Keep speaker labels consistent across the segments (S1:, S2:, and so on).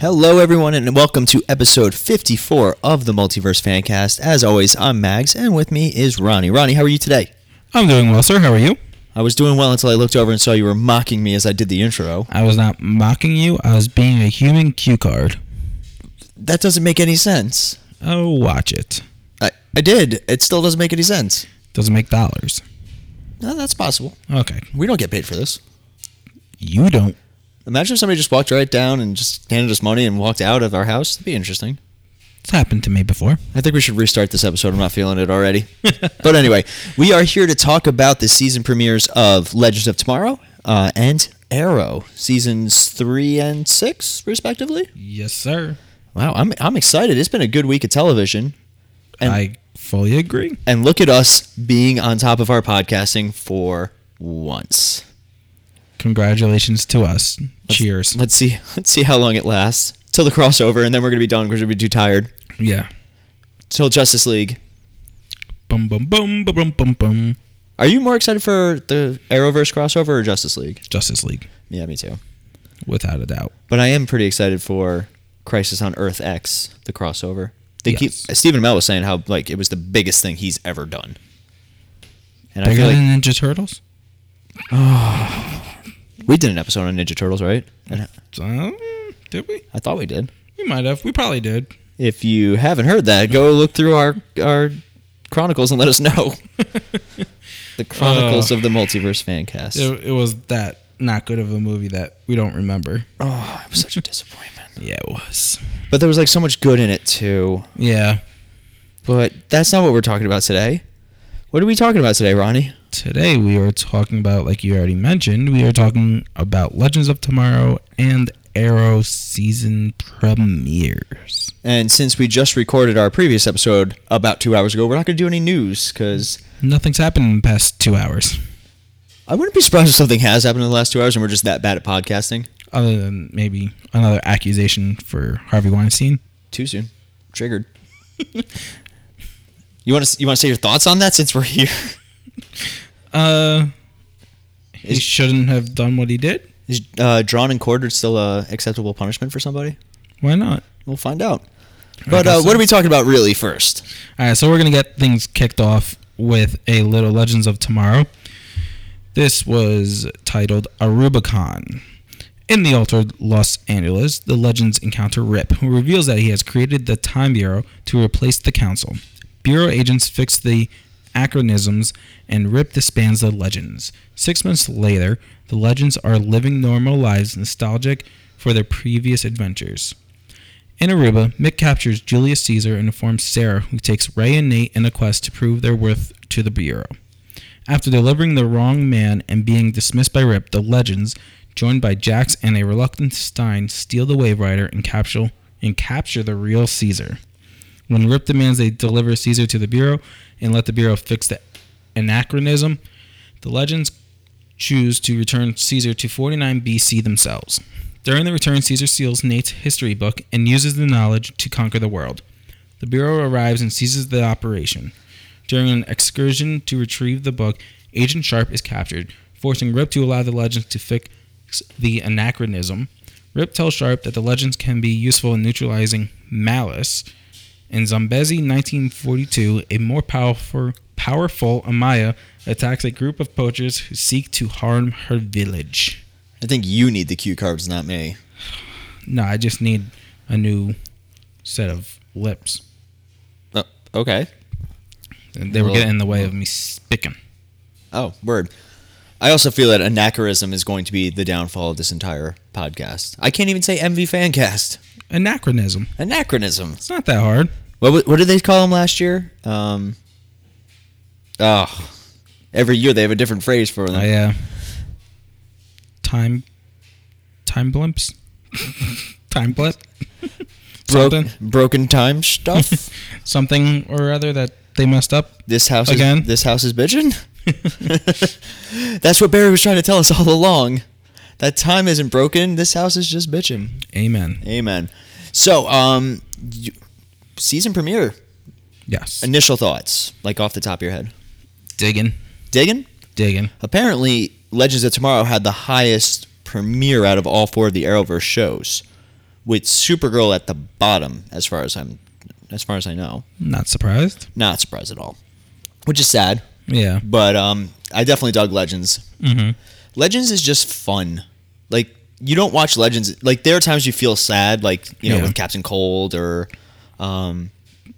S1: Hello, everyone, and welcome to episode 54 of the Multiverse Fancast. As always, I'm Mags, and with me is Ronnie. Ronnie, how are you today?
S2: I'm doing well, sir. How are you?
S1: I was doing well until I looked over and saw you were mocking me as I did the intro.
S2: I was not mocking you. I was being a human cue card.
S1: That doesn't make any sense.
S2: Oh, watch it.
S1: I, I did. It still doesn't make any sense.
S2: Doesn't make dollars.
S1: No, that's possible.
S2: Okay.
S1: We don't get paid for this.
S2: You don't.
S1: Imagine if somebody just walked right down and just handed us money and walked out of our house. That'd be interesting.
S2: It's happened to me before.
S1: I think we should restart this episode. I'm not feeling it already. but anyway, we are here to talk about the season premieres of Legends of Tomorrow uh, and Arrow, seasons three and six, respectively.
S2: Yes, sir.
S1: Wow, I'm, I'm excited. It's been a good week of television. And-
S2: I fully agree.
S1: And look at us being on top of our podcasting for once.
S2: Congratulations to us. Cheers.
S1: Let's see. Let's see how long it lasts till the crossover, and then we're gonna be done because we'll be too tired
S2: Yeah.
S1: till Justice League.
S2: Boom, boom, boom, boom, boom, boom, boom.
S1: Are you more excited for the Arrowverse crossover or Justice League?
S2: Justice League,
S1: Yeah, me too.
S2: without a doubt.
S1: But I am pretty excited for Crisis on Earth X, the crossover. They keep
S2: Yes.
S1: Stephen Amell was saying how like it was the biggest thing he's ever done. And I
S2: Bigger
S1: feel like
S2: than Ninja Turtles?
S1: we did an episode on Ninja Turtles, right? And I-
S2: Um, did we?
S1: I thought we did.
S2: We might have. We probably did.
S1: If you haven't heard that, go look through our our chronicles and let us know. the Chronicles
S2: Uh.
S1: of the Multiverse Fancast.
S2: It, it was that not good of a movie that we don't remember.
S1: Oh, it was such a disappointment.
S2: Yeah, it was.
S1: But there was like so much good in it too.
S2: Yeah.
S1: But that's not what we're talking about today. What are we talking about today, Ronnie?
S2: Today we are talking about, like you already mentioned, we are talking about Legends of Tomorrow and Arrow season premieres.
S1: And since we just recorded our previous episode about two hours ago, we're not going to do any news because
S2: Nothing's happened in the past two hours,
S1: I wouldn't be surprised if something has happened in the last two hours and we're just that bad at podcasting.
S2: other than maybe another accusation for Harvey Weinstein.
S1: Too soon. Triggered. you want to you want to say your thoughts on that since we're here?
S2: Uh, he
S1: Is-
S2: shouldn't have done what he did.
S1: Is uh, drawn and quartered still a acceptable punishment for somebody?
S2: Why not?
S1: We'll find out. But
S2: guess
S1: uh, what
S2: so.
S1: are we talking about really first?
S2: All right, so we're gonna get things kicked off with a little Legends of Tomorrow. This was titled A Rubicon. In the altered Los Angeles, the Legends encounter Rip, who reveals that he has created the Time Bureau to replace the Council. Bureau agents fix the acronyms, and Rip disbands the Legends. Six months later, the Legends are living normal lives, nostalgic for their previous adventures. In Aruba, Mick captures Julius Caesar and informs Sarah, who takes Ray and Nate in a quest to prove their worth to the Bureau. After delivering the wrong man and being dismissed by Rip, the legends, joined by Jax and a reluctant Stein, steal the Wave Rider and capture and capture the real Caesar. When Rip demands they deliver Caesar to the Bureau and let the Bureau fix the anachronism, the legends choose to return Caesar to 49 BC themselves. During the return, Caesar steals Nate's history book and uses the knowledge to conquer the world. The Bureau arrives and seizes the operation. During an excursion to retrieve the book, Agent Sharp is captured, forcing Rip to allow the Legends to fix the anachronism. Rip tells Sharp that the Legends can be useful in neutralizing malice. In Zambezi 1942, a more powerful, powerful Amaya attacks a group of poachers who seek to harm her village.
S1: I think you need the cue cards, not me.
S2: No, I just need a new set of lips. Uh,
S1: Oh, okay.
S2: They were
S1: Well-
S2: getting in the way of me speaking.
S1: Oh, word. I also feel that anachronism is going to be the downfall of this entire podcast. I can't even say MV Fancast.
S2: Anachronism.
S1: Anachronism.
S2: It's not that hard.
S1: What wa- what did they call them last year? Um, oh, every year they have a different phrase for them.
S2: I uh time time blimps. time blip.
S1: Broken
S2: something.
S1: broken time stuff.
S2: Something or other that they messed up.
S1: this house
S2: Again?
S1: Is, this house is bitching. That's what Barry was trying to tell us all along. That time isn't broken. This house is just bitching.
S2: Amen.
S1: Amen. So, um, you, season premiere.
S2: Yes.
S1: Initial thoughts, like off the top of your head.
S2: digging.
S1: Digging.
S2: Digging.
S1: Apparently, Legends of Tomorrow had the highest premiere out of all four of the Arrowverse shows, with Supergirl at the bottom, as far as I'm, as far as I know.
S2: Not surprised.
S1: Not surprised at all, which is sad.
S2: Yeah.
S1: But um, I definitely dug Legends.
S2: Mm-hmm.
S1: Legends is just fun. Like you don't watch Legends. Like there are times you feel sad, like you know
S2: Yeah.
S1: with Captain Cold or, um,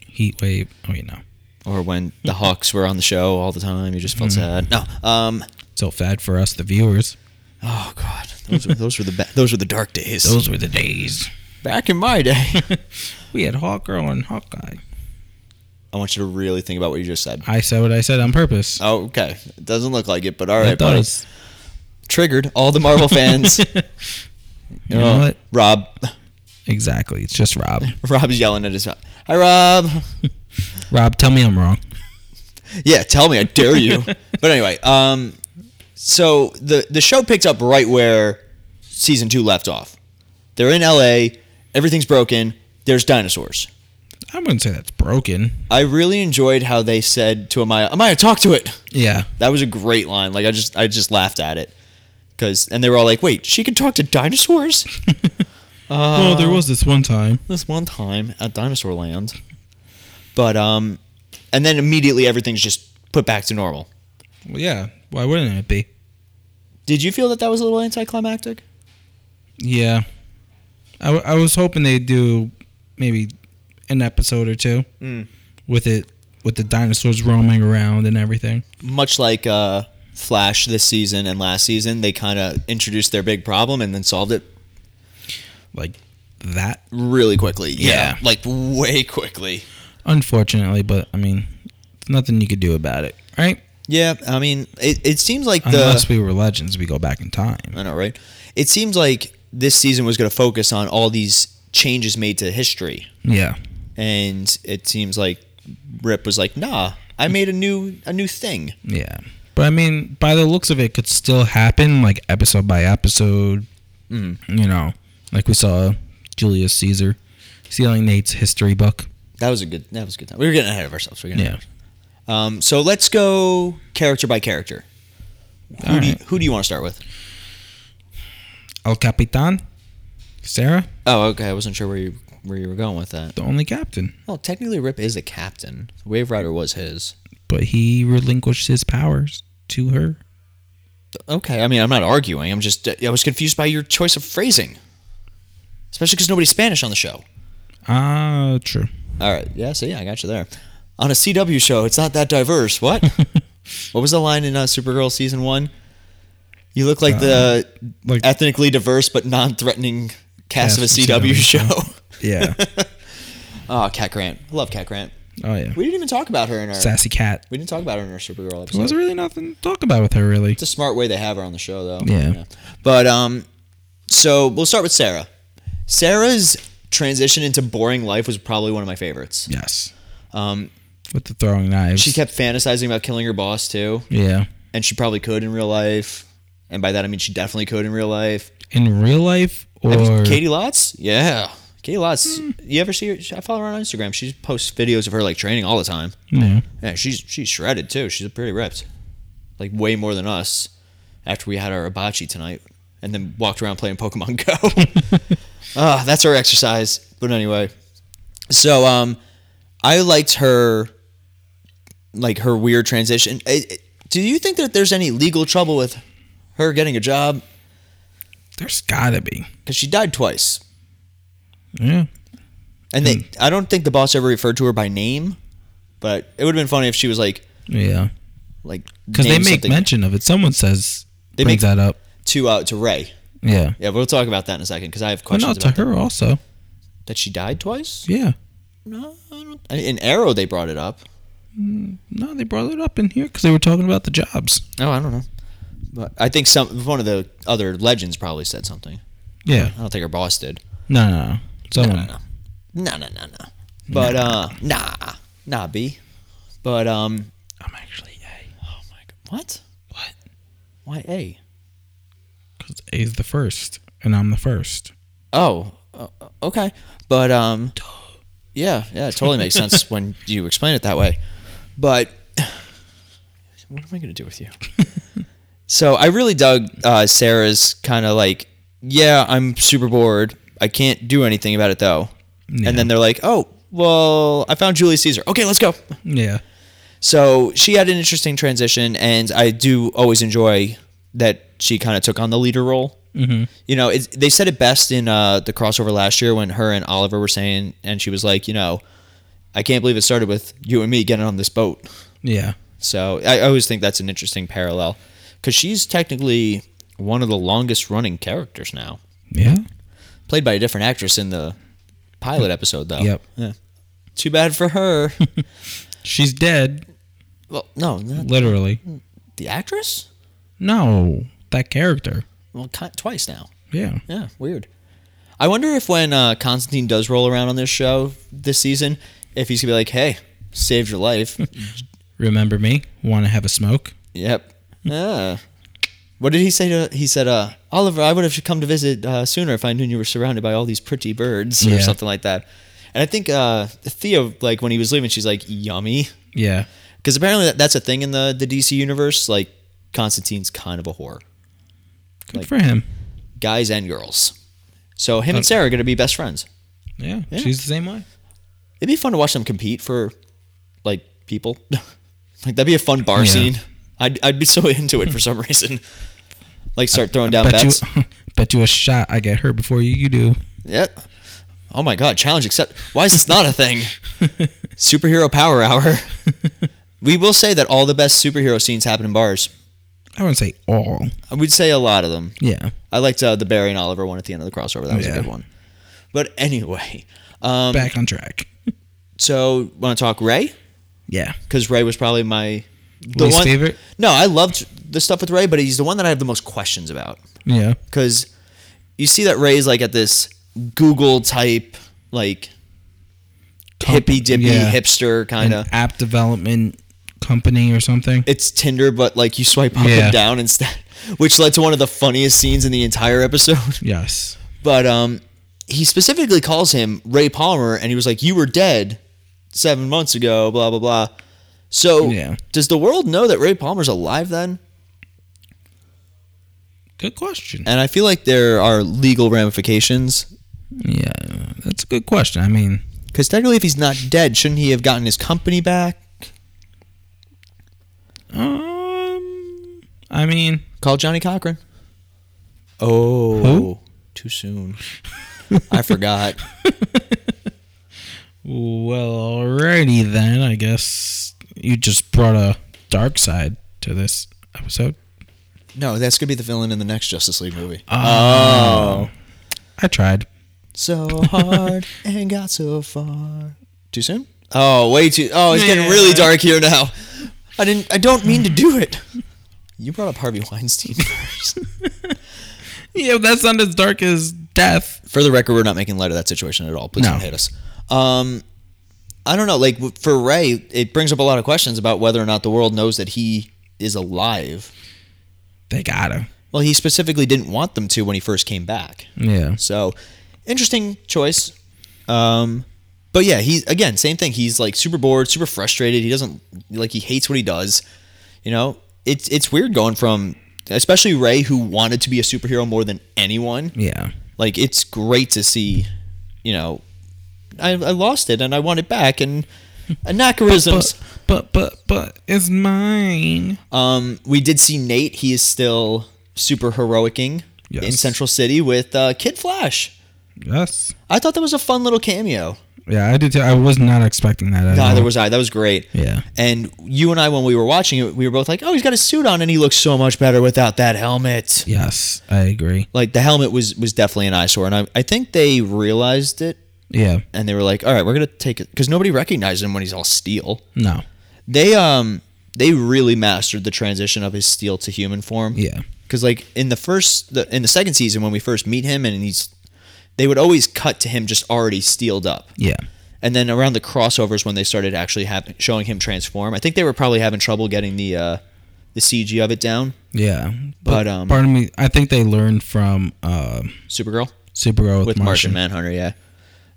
S2: Heat wave. Oh, you know.
S1: or when the Hawks were on the show all the time. You just felt sad. No. Um.
S2: So fad for us, the viewers.
S1: Oh God, those were, those were the ba- those were the dark days.
S2: Those were the days.
S1: Back in my day.
S2: We had Hawkgirl and Hawkeye.
S1: I want you to really think about what you just said.
S2: I said what I said on purpose.
S1: Oh, okay. It doesn't look like it, but all
S2: I
S1: right,
S2: thought
S1: buddy.
S2: it's-
S1: Triggered all the Marvel fans. you
S2: You know what?
S1: Rob,
S2: Exactly. It's just Rob.
S1: Rob's yelling at his. Hi, Rob.
S2: Rob, tell me I'm wrong.
S1: Yeah, tell me, I dare you. but anyway, um, so the the show picked up right where season two left off. They're in L.A. Everything's broken. There's dinosaurs.
S2: I wouldn't say that's broken.
S1: I really enjoyed how they said to Amaya, "Amaya, talk to it."
S2: Yeah.
S1: That was a great line. Like I just I just laughed at it. Cause and they were all like, wait, she can talk to dinosaurs?
S2: well, there was this one time.
S1: this one time at Dinosaur Land. But um and then immediately everything's just put back to normal.
S2: Well, yeah. Why wouldn't it be?
S1: Did you feel that that was a little anticlimactic?
S2: Yeah. I, w- I was hoping they'd do maybe an episode or two with it with the dinosaurs roaming around and everything.
S1: Much like uh Flash this season and last season, they kind of introduced their big problem and then solved it
S2: Like that.
S1: really quickly.
S2: Yeah.
S1: like way quickly.
S2: Unfortunately, but I mean, there's nothing you could do about it, right?
S1: Yeah, I mean, it, it seems like the
S2: Unless we were legends, we go back in time.
S1: I know, right? It seems like this season was going to focus on all these changes made to history,
S2: Yeah.
S1: and it seems like Rip was like, "Nah, I made a new a new thing."
S2: Yeah. But I mean, by the looks of it, could still happen like episode by episode. You know, like we saw Julius Caesar stealing Nate's history book.
S1: That was a good. That was a good time. We were getting ahead of ourselves. We were getting
S2: Yeah.
S1: Um, so let's go character by character. Who
S2: All
S1: do you,
S2: right.
S1: who do you want to start with?
S2: El Capitan, Sarah,
S1: Oh, okay. I wasn't sure where you where you were going with that.
S2: the only captain,
S1: Well, technically, Rip is a captain. Wave Rider was his.
S2: but he relinquished his powers to her.
S1: Okay. I mean, I'm not arguing. I'm just I was confused by your choice of phrasing, especially because nobody's Spanish on the show.
S2: Ah, true.
S1: All right. Yeah, see, I got you there. On a CW show, it's not that diverse. What? what was the line in uh, Supergirl season one? You look Uh, like the
S2: like-
S1: ethnically diverse but non-threatening cast of a
S2: Cast of
S1: CW,
S2: CW
S1: show.
S2: Yeah.
S1: oh, Cat Grant. I love Cat Grant.
S2: oh yeah.
S1: We didn't even talk about her in our.
S2: Sassy cat.
S1: We didn't talk about her in our Supergirl episode.
S2: There wasn't really nothing to talk about with her, really.
S1: It's a smart way they have her on the show, though.
S2: Yeah.
S1: But um, so we'll start with Sarah. Sarah's transition into boring life was probably one of my favorites.
S2: Yes.
S1: Um,
S2: With the throwing knives.
S1: she kept fantasizing about killing her boss too.
S2: yeah.
S1: and she probably could in real life. And by that I mean she definitely could in real life.
S2: In real life,
S1: Have you-
S2: or
S1: Katie Lots, yeah, Katie Lots. You ever see her? I follow her on Instagram. She posts videos of her like training all the time.
S2: no.
S1: Yeah, she's she's shredded too. She's pretty ripped, like way more than us. After we had our hibachi tonight, and then walked around playing Pokemon Go. Ah, that's her exercise. But anyway, so um, I liked her, like her weird transition. I- I- do you think that there's any legal trouble with her getting a job?
S2: There's gotta be.
S1: Because she died twice,
S2: Yeah.
S1: and
S2: Hmm.
S1: they, I don't think the boss ever referred to her by name. But it would have been funny if she was like,
S2: Yeah.
S1: like
S2: Because they
S1: name
S2: make
S1: something
S2: mention of it. Someone says
S1: They
S2: they brings
S1: make-
S2: that up.
S1: to uh, to Ray.
S2: Yeah.
S1: Yeah, we'll talk about that in a second because I have
S2: But
S1: questions
S2: not to
S1: about that.
S2: her also.
S1: that she died twice.
S2: Yeah.
S1: No, I don't. I- In Arrow, they brought it up.
S2: No, they brought it up in here because they were talking about the jobs.
S1: Oh, I don't know. But I think some one of the other legends probably said something.
S2: Yeah.
S1: I don't think her boss did.
S2: No, no, no. Someone.
S1: No, no, no, no, no. But uh, Mm. nah, nah, B. But um,
S2: I'm actually A.
S1: oh my god, what?
S2: What?
S1: Why A?
S2: Because A is the first, and I'm the first.
S1: Oh, uh, okay. But um, yeah, yeah, it totally makes sense when you explain it that way. But what am I gonna do with you? so I really dug uh, Sarah's kind of like, yeah, I'm super bored. I I can't do anything about it though.
S2: Yeah.
S1: And then they're like, oh, well, I found Julius Caesar. Okay, let's go.
S2: Yeah.
S1: So she had an interesting transition, and I do always enjoy that she kind of took on the leader role. Mm-hmm. You know, it's, they said it best in uh, the crossover last year when her and Oliver were saying, and she was like, you know, I can't believe it started with you and me getting on this boat.
S2: Yeah.
S1: So I I always think that's an interesting parallel because she's technically one of the longest running characters now,
S2: Yeah.
S1: played by a different actress in the pilot episode, though.
S2: Yep.
S1: Yeah. Too bad for her.
S2: She's dead,
S1: well, no, not
S2: literally.
S1: the actress.
S2: No, that character.
S1: Well, ki twice now.
S2: Yeah.
S1: Yeah, weird. I wonder if when uh, Constantine does roll around on this show this season, if he's gonna be like, "Hey, saved your life."
S2: Remember me? Want to have a smoke?
S1: yep. Yeah. What did he say to? He said, uh, "Oliver, I would have come to visit uh, sooner if I knew you were surrounded by all these pretty birds,
S2: Yeah.
S1: or something like that." And I think uh, Theo, like when he was leaving, she's like, "Yummy,"
S2: Yeah.
S1: because apparently that, that's a thing in the the DC universe. Like Constantine's kind of a whore,
S2: Good
S1: Like-
S2: for him.
S1: guys and girls. So him and Sarah are gonna be best friends.
S2: Yeah,
S1: Yeah.
S2: She's the same way.
S1: It'd be fun to watch them compete for like people. like that'd be a fun bar scene. I'd I'd be so into it for some reason. Like start throwing down
S2: bet
S1: bets.
S2: you, bet you a shot. I get her before you, you do.
S1: Yep. Oh my god, challenge accept. Why is this not a thing? Superhero power hour. we will say that all the best superhero scenes happen in bars.
S2: I wouldn't say all.
S1: I would say a lot of them.
S2: Yeah.
S1: I liked uh, the Barry and Oliver one at the end of the crossover. That was
S2: Yeah.
S1: a good one. But anyway, um,
S2: Back on track.
S1: so want to talk Ray?
S2: Yeah.
S1: because Ray was probably my the
S2: Least
S1: one,
S2: favorite?
S1: No, I loved the stuff with Ray, but he's the one that I have the most questions about
S2: Yeah.
S1: because you see that Ray's like at this Google type like
S2: Comp-
S1: hippy dippy
S2: yeah.
S1: hipster
S2: An
S1: kind of.
S2: app development company or something.
S1: It's Tinder, but like you swipe up
S2: Yeah.
S1: and down instead, which led to one of the funniest scenes in the entire episode.
S2: yes.
S1: But um, he specifically calls him Ray Palmer, and he was like, "You were dead seven months ago." Blah blah blah. So,
S2: Yeah.
S1: does the world know that Ray Palmer's alive then?
S2: Good question.
S1: and I feel like there are legal ramifications
S2: Yeah. That's a good question. I mean,
S1: because technically, if he's not dead, shouldn't he have gotten his company back?
S2: um, I mean,
S1: Call Johnny Cochran. Oh,
S2: Who?
S1: too soon. I forgot.
S2: well, alrighty then. I guess you just brought a dark side to this episode.
S1: No, that's gonna be the villain in the next Justice League movie. Oh.
S2: Oh. I tried.
S1: so hard and got so far. Too soon? Oh, way too. Oh, it's getting
S2: Yeah.
S1: really dark here now. I didn't. I don't mean to do it. You brought up Harvey Weinstein first.
S2: Yeah, that's not as dark as death.
S1: for the record, we're not making light of that situation at all. Please
S2: No.
S1: don't hate us. Um, I don't know. Like w- for Ray, it brings up a lot of questions about whether or not the world knows that he is alive.
S2: They gotta.
S1: Well, he specifically didn't want them to when he first came back.
S2: Yeah.
S1: So, interesting choice. Um, but yeah, he's again same thing. He's like super bored, super frustrated. He doesn't like he hates what he does. You know, it's it's weird going from especially Ray, who wanted to be a superhero more than anyone
S2: Yeah.
S1: like it's great to see you know i, I lost it and i want it back and anachronisms
S2: But, but but but it's mine.
S1: um we did see nate he is still super heroicing in
S2: Yes.
S1: central city with uh, kid flash
S2: Yes.
S1: i thought that was a fun little cameo
S2: Yeah, I did. Too. I was not expecting that. At
S1: neither
S2: all.
S1: was i that was great
S2: Yeah.
S1: and you and i when we were watching it we were both like oh he's got a suit on and he looks so much better without that helmet
S2: Yes, I agree.
S1: like the helmet was was definitely an eyesore and i, I think they realized it
S2: Yeah.
S1: and they were like all right we're gonna take it because nobody recognized him when he's all steel
S2: No.
S1: they um they really mastered the transition of his steel to human form.
S2: Yeah.
S1: Cuz like in the first the, in the second season when we first meet him and he's they would always cut to him just already steeled up.
S2: Yeah.
S1: And then around the crossovers when they started actually having showing him transform, I think they were probably having trouble getting the uh the CG of it down.
S2: Yeah.
S1: But, um,
S2: part of me, I think they learned from um
S1: Supergirl
S2: Supergirl with,
S1: with Martian,
S2: Martian.
S1: Manhunter, yeah.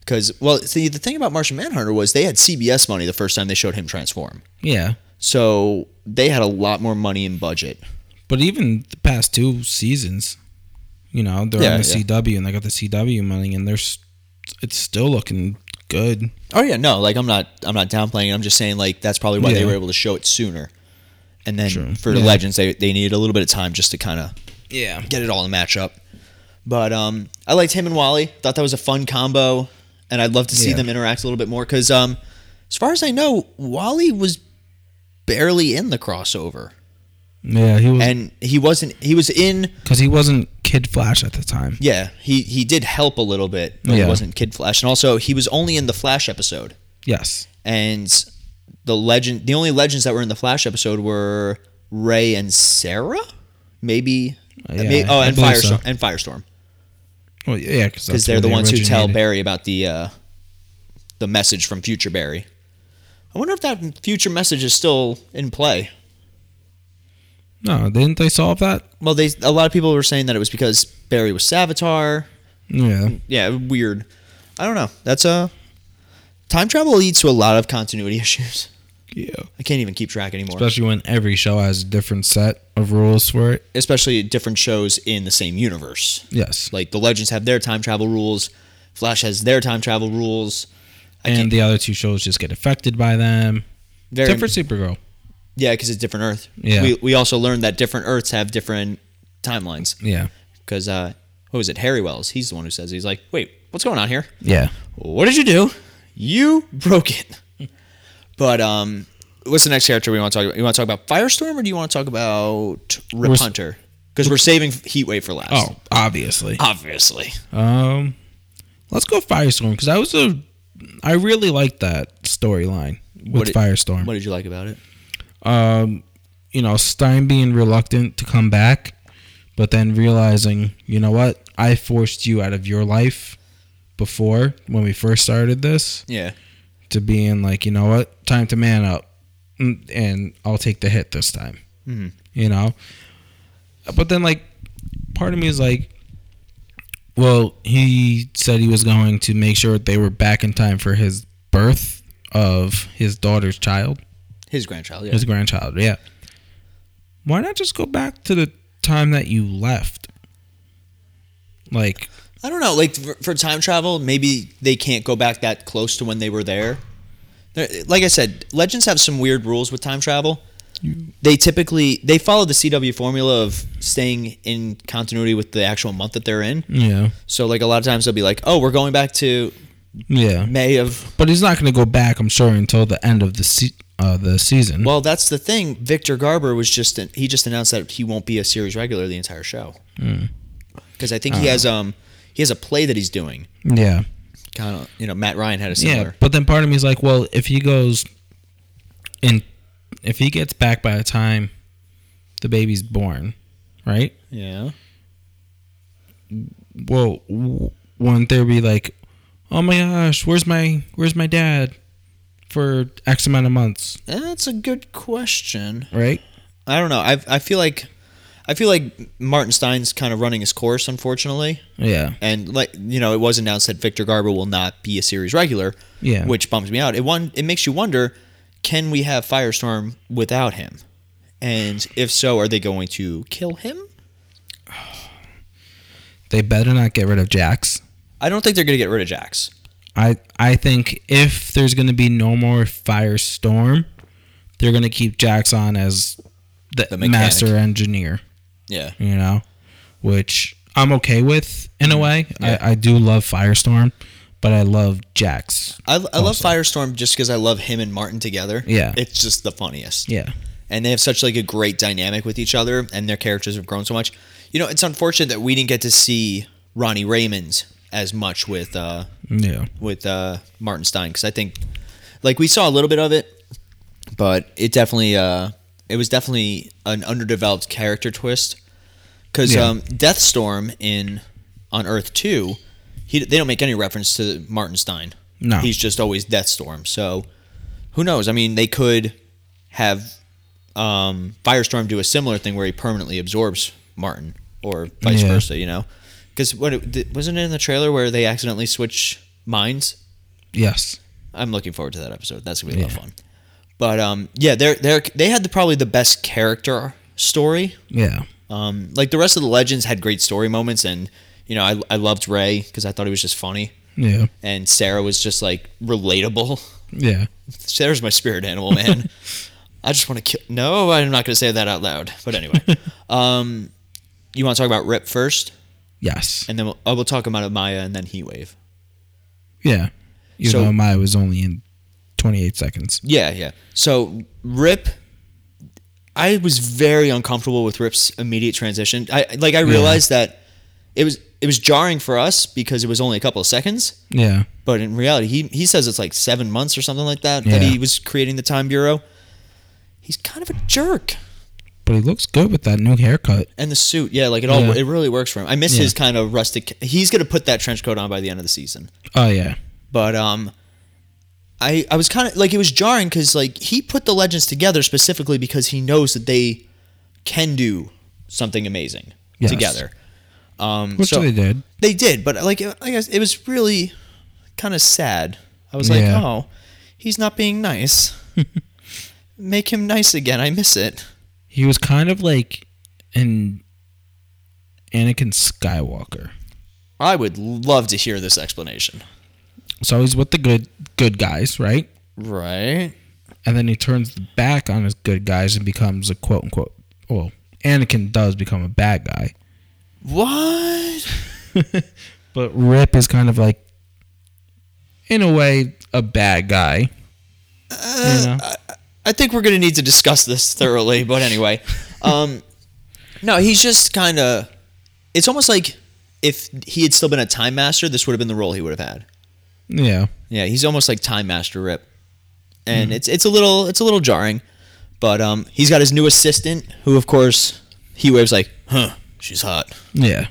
S1: Cuz well, see the thing about Martian Manhunter was they had CBS money the first time they showed him transform.
S2: Yeah.
S1: So they had a lot more money in budget.
S2: But even the past two seasons, You know, they're
S1: Yeah,
S2: on the
S1: yeah.
S2: CW and they got the CW money, and there's it's still looking good.
S1: Oh yeah, no, like I'm not I'm not downplaying. it. I'm just saying like that's probably why they
S2: Yeah.
S1: were able to show it sooner. And then
S2: True.
S1: for the
S2: Yeah.
S1: legends, they they needed a little bit of time just to kind of
S2: Yeah,
S1: get it all in the matchup. But um, I liked him and Wally. Thought that was a fun combo, and I'd love to see
S2: Yeah.
S1: them interact a little bit more because um, as far as I know, Wally was barely in the crossover,
S2: yeah. He was
S1: and he wasn't. He was in.
S2: because he wasn't Kid Flash at the time.
S1: Yeah, he he did help a little bit, but
S2: Yeah.
S1: he wasn't Kid Flash, and also he was only in the Flash episode.
S2: Yes.
S1: and the legend the only legends that were in the flash episode were ray and sarah maybe
S2: Uh, Yeah,
S1: may- oh
S2: I
S1: and
S2: believe
S1: firestorm
S2: so.
S1: and firestorm
S2: Well, yeah, because
S1: because they're the ones who tell barry about the uh, the message from future barry i wonder if that future message is still in play
S2: No, didn't they solve that?
S1: well they a lot of people were saying that it was because barry was savitar
S2: Yeah.
S1: yeah weird i don't know that's a time travel leads to a lot of continuity issues
S2: Yeah.
S1: i can't even keep track anymore
S2: Especially when every show has a different set of rules for it.
S1: especially different shows in the same universe
S2: Yes.
S1: like the legends have their time travel rules flash has their time travel rules I
S2: and
S1: can't,
S2: the other two shows just get affected by them.
S1: very,
S2: Except for Supergirl.
S1: yeah because it's different earth
S2: Yeah.
S1: we, we also learned that different earths have different timelines
S2: Yeah.
S1: because uh who is it harry wells he's the one who says he's like wait what's going on here
S2: Yeah.
S1: what did you do you broke it but um what's the next character we want to talk about you want to talk about firestorm or do you want to talk about rip
S2: s-
S1: hunter because we're saving heatwave for last
S2: Oh, obviously.
S1: obviously
S2: Um, let's go Firestorm because I was a, I really liked that storyline with
S1: What it-
S2: Firestorm.
S1: what did you like about it
S2: um, you know, Stein being reluctant to come back, but then realizing, you know what, I forced you out of your life before when we first started this
S1: yeah
S2: to being like, you know what, time to man up, Mm, and I'll take the hit this time. You know, but then like, part of me is like, well, he said he was going to make sure they were back in time for his birth of his daughter's child,
S1: his grandchild yeah
S2: his grandchild. Yeah, why not just go back to the time that you left? Like,
S1: I don't know. Like for, for time travel, maybe they can't go back that close to when they were there. There- Like I said, Legends have some weird rules with time travel. They typically they follow the CW formula of staying in continuity with the actual month that they're in.
S2: yeah,
S1: So like a lot of times they'll be like, "Oh, we're going back to
S2: yeah.
S1: May of."
S2: But he's not going to go back, I'm sure, until the end of the se- uh, the season.
S1: Well, that's the thing. Victor Garber was just he just announced that he won't be a series regular the entire show. Because I think he has um he has a play that he's doing.
S2: yeah.
S1: Kind of you know Matt Ryan had a similar.
S2: Yeah, but then part of me is like, well, if he goes and if he gets back by the time the baby's born, right?
S1: yeah.
S2: Well, w- wouldn't there be like, oh my gosh, where's my where's my dad for X amount of months,
S1: That's a good question.
S2: right?
S1: I don't know. I I feel like I feel like Martin Stein's kind of running his course, unfortunately.
S2: Yeah,
S1: And like you know, it was announced that Victor Garber will not be a series regular.
S2: Yeah.
S1: Which bums me out. It one it makes you wonder, can we have Firestorm without him? And if so, are they going to kill him?
S2: they better not get rid of Jax.
S1: I don't think they're gonna get rid of Jax.
S2: I I think if there's gonna be no more Firestorm, they're gonna keep Jax on as the,
S1: The mechanic.
S2: master engineer.
S1: Yeah.
S2: you know, which I'm okay with in
S1: Mm-hmm.
S2: a way. I, I do love Firestorm, but I love Jax.
S1: I, I love Firestorm just because I love him and Martin together.
S2: Yeah.
S1: It's just the funniest.
S2: Yeah.
S1: and they have such like a great dynamic with each other and their characters have grown so much you know it's unfortunate that we didn't get to see ronnie raymond as much with uh
S2: Yeah.
S1: with uh martin stein because i think like we saw a little bit of it but it definitely uh it was definitely an underdeveloped character twist because
S2: Yeah.
S1: um deathstorm in on earth 2 he, they don't make any reference to martin stein
S2: No.
S1: he's just always deathstorm so who knows i mean they could have um, Firestorm do a similar thing where he permanently absorbs Martin or vice
S2: Yeah.
S1: versa, you know? Because what it, th- wasn't it in the trailer where they accidentally switch minds?
S2: Yes.
S1: I'm looking forward to that episode. That's gonna be a lot of fun. But um, yeah, they're they are they had the, probably the best character story
S2: Yeah.
S1: Um, like the rest of the legends had great story moments, and you know I I loved Ray because I thought he was just funny,
S2: Yeah.
S1: and Sarah was just like relatable.
S2: Yeah.
S1: Sarah's my spirit animal, man. I just want to kill. No, I'm not going to say that out loud. But anyway, um, you want to talk about Rip first,
S2: Yes.
S1: and then we'll, oh, we'll talk about Maya and then Heat Wave.
S2: Yeah. Even
S1: So-
S2: though Maya was only in 28 seconds.
S1: Yeah, yeah. So Rip, I was very uncomfortable with Rip's immediate transition. I like I realized that it was it was jarring for us because it was only a couple of seconds,
S2: Yeah.
S1: but in reality, he he says it's like seven months or something like that that
S2: Yeah.
S1: he was creating the time bureau. He's kind of a jerk.
S2: But he looks good with that new haircut.
S1: And the suit, yeah, like it all,
S2: Yeah.
S1: it really works for him. I miss
S2: Yeah.
S1: his kind of rustic. He's gonna put that trench coat on by the end of the season.
S2: Oh, yeah.
S1: But um, I I was kind of like it was jarring because like he put the legends together specifically because he knows that they can do something amazing
S2: Yes.
S1: together. Um,
S2: Which
S1: so
S2: they did.
S1: They did, but like it- I guess it was really kind of sad. I was
S2: Yeah.
S1: like, oh, he's not being nice. Make him nice again. I miss it.
S2: He was kind of like an Anakin Skywalker.
S1: I would love to hear this explanation.
S2: So he's with the good good guys, right?
S1: Right.
S2: And then he turns the back on his good guys and becomes a quote unquote. Well, Anakin does become a bad guy,
S1: What?
S2: but Rip is kind of like, in a way, a bad guy.
S1: Uh,
S2: you know?
S1: I think we're gonna need to discuss this thoroughly, but anyway, um, no, he's just kind of. It's almost like if he had still been a time master, this would have been the role he would have had.
S2: yeah,
S1: Yeah, he's almost like time master Rip, and it's it's a little it's a little jarring, but um, he's got his new assistant, who of course he waves like, huh, she's hot.
S2: yeah,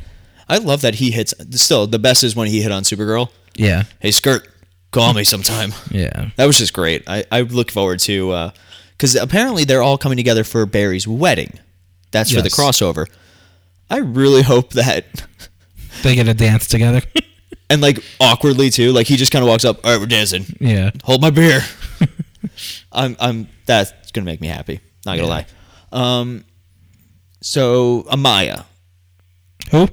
S1: I love that he hits. Still, the best is when he hit on Supergirl.
S2: yeah,
S1: Hey, skirt, call me sometime.
S2: yeah.
S1: That was just great. I, I look forward to because apparently they're all coming together for Barry's wedding. That's for the
S2: Yes.
S1: crossover. I really hope that,
S2: They get a dance together.
S1: and like awkwardly too. Like he just kind of walks up. All right, we're dancing.
S2: yeah,
S1: Hold my beer. I'm I'm that's gonna make me happy. Not gonna lie. Um, so Amaya,
S2: who?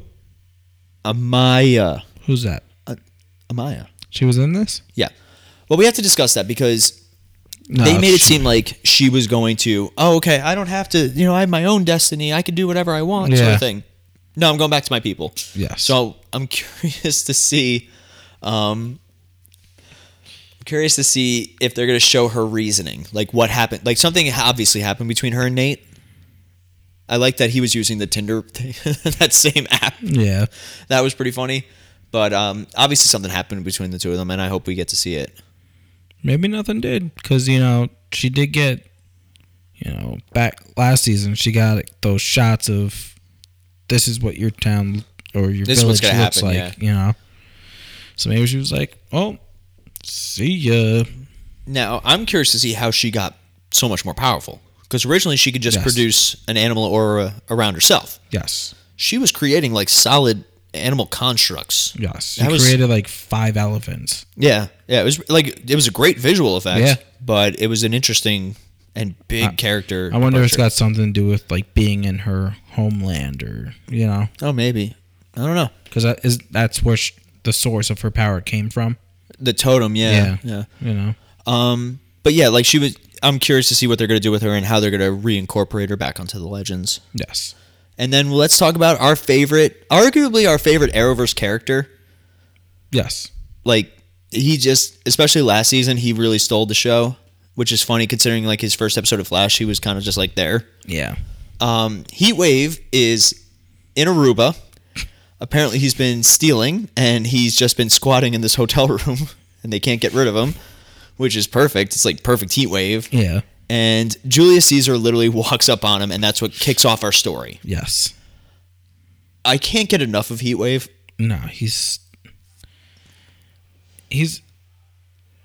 S1: Amaya,
S2: Who's that?
S1: uh, Amaya.
S2: She was in this.
S1: Yeah. Well, we have to discuss that because
S2: No,
S1: they made it
S2: she-
S1: seem like she was going to oh okay i don't have to you know i have my own destiny i can do whatever i want sort
S2: Yeah.
S1: of thing no i'm going back to my people
S2: Yes.
S1: so i'm curious to see um I'm curious to see if they're going to show her reasoning like what happened like something obviously happened between her and nate i like that he was using the tinder thing, that same app
S2: Yeah,
S1: that was pretty funny but um obviously something happened between the two of them and i hope we get to see it
S2: maybe nothing did because you know she did get, you know, back last season she got those shots of, this is what your town or your
S1: This is what's
S2: village
S1: gonna
S2: looks
S1: happen,
S2: like. You know, so maybe she was like, oh, see ya.
S1: Now, I'm curious to see how she got so much more powerful. Because originally she could just
S2: Yes.
S1: produce an animal aura around herself.
S2: Yes,
S1: She was creating like solid animal constructs.
S2: yes. She
S1: That was-
S2: created like five elephants.
S1: Yeah. Yeah. It was like, it was a great visual effect.
S2: Yeah.
S1: But it was an interesting and big character.
S2: I wonder if it's
S1: departure.
S2: got something to do with like being in her homeland or you know
S1: Oh, maybe. I don't know.
S2: because that is that's where sh the source of her power came from.
S1: The totem. Yeah. Yeah.
S2: you know.
S1: Um, but yeah, like she was. I'm curious to see what they're going to do with her and how they're going to reincorporate her back onto the legends.
S2: Yes.
S1: And then let's talk about our favorite, arguably our favorite Arrowverse character,
S2: Yes.
S1: like he just especially last season he really stole the show which is funny considering like his first episode of flash he was kind of just like there
S2: Yeah.
S1: um, heat wave is in aruba apparently he's been stealing and he's just been squatting in this hotel room and they can't get rid of him which is perfect it's like perfect heat wave
S2: Yeah.
S1: and julius caesar literally walks up on him and that's what kicks off our story
S2: Yes.
S1: i can't get enough of heat wave
S2: No, he's he's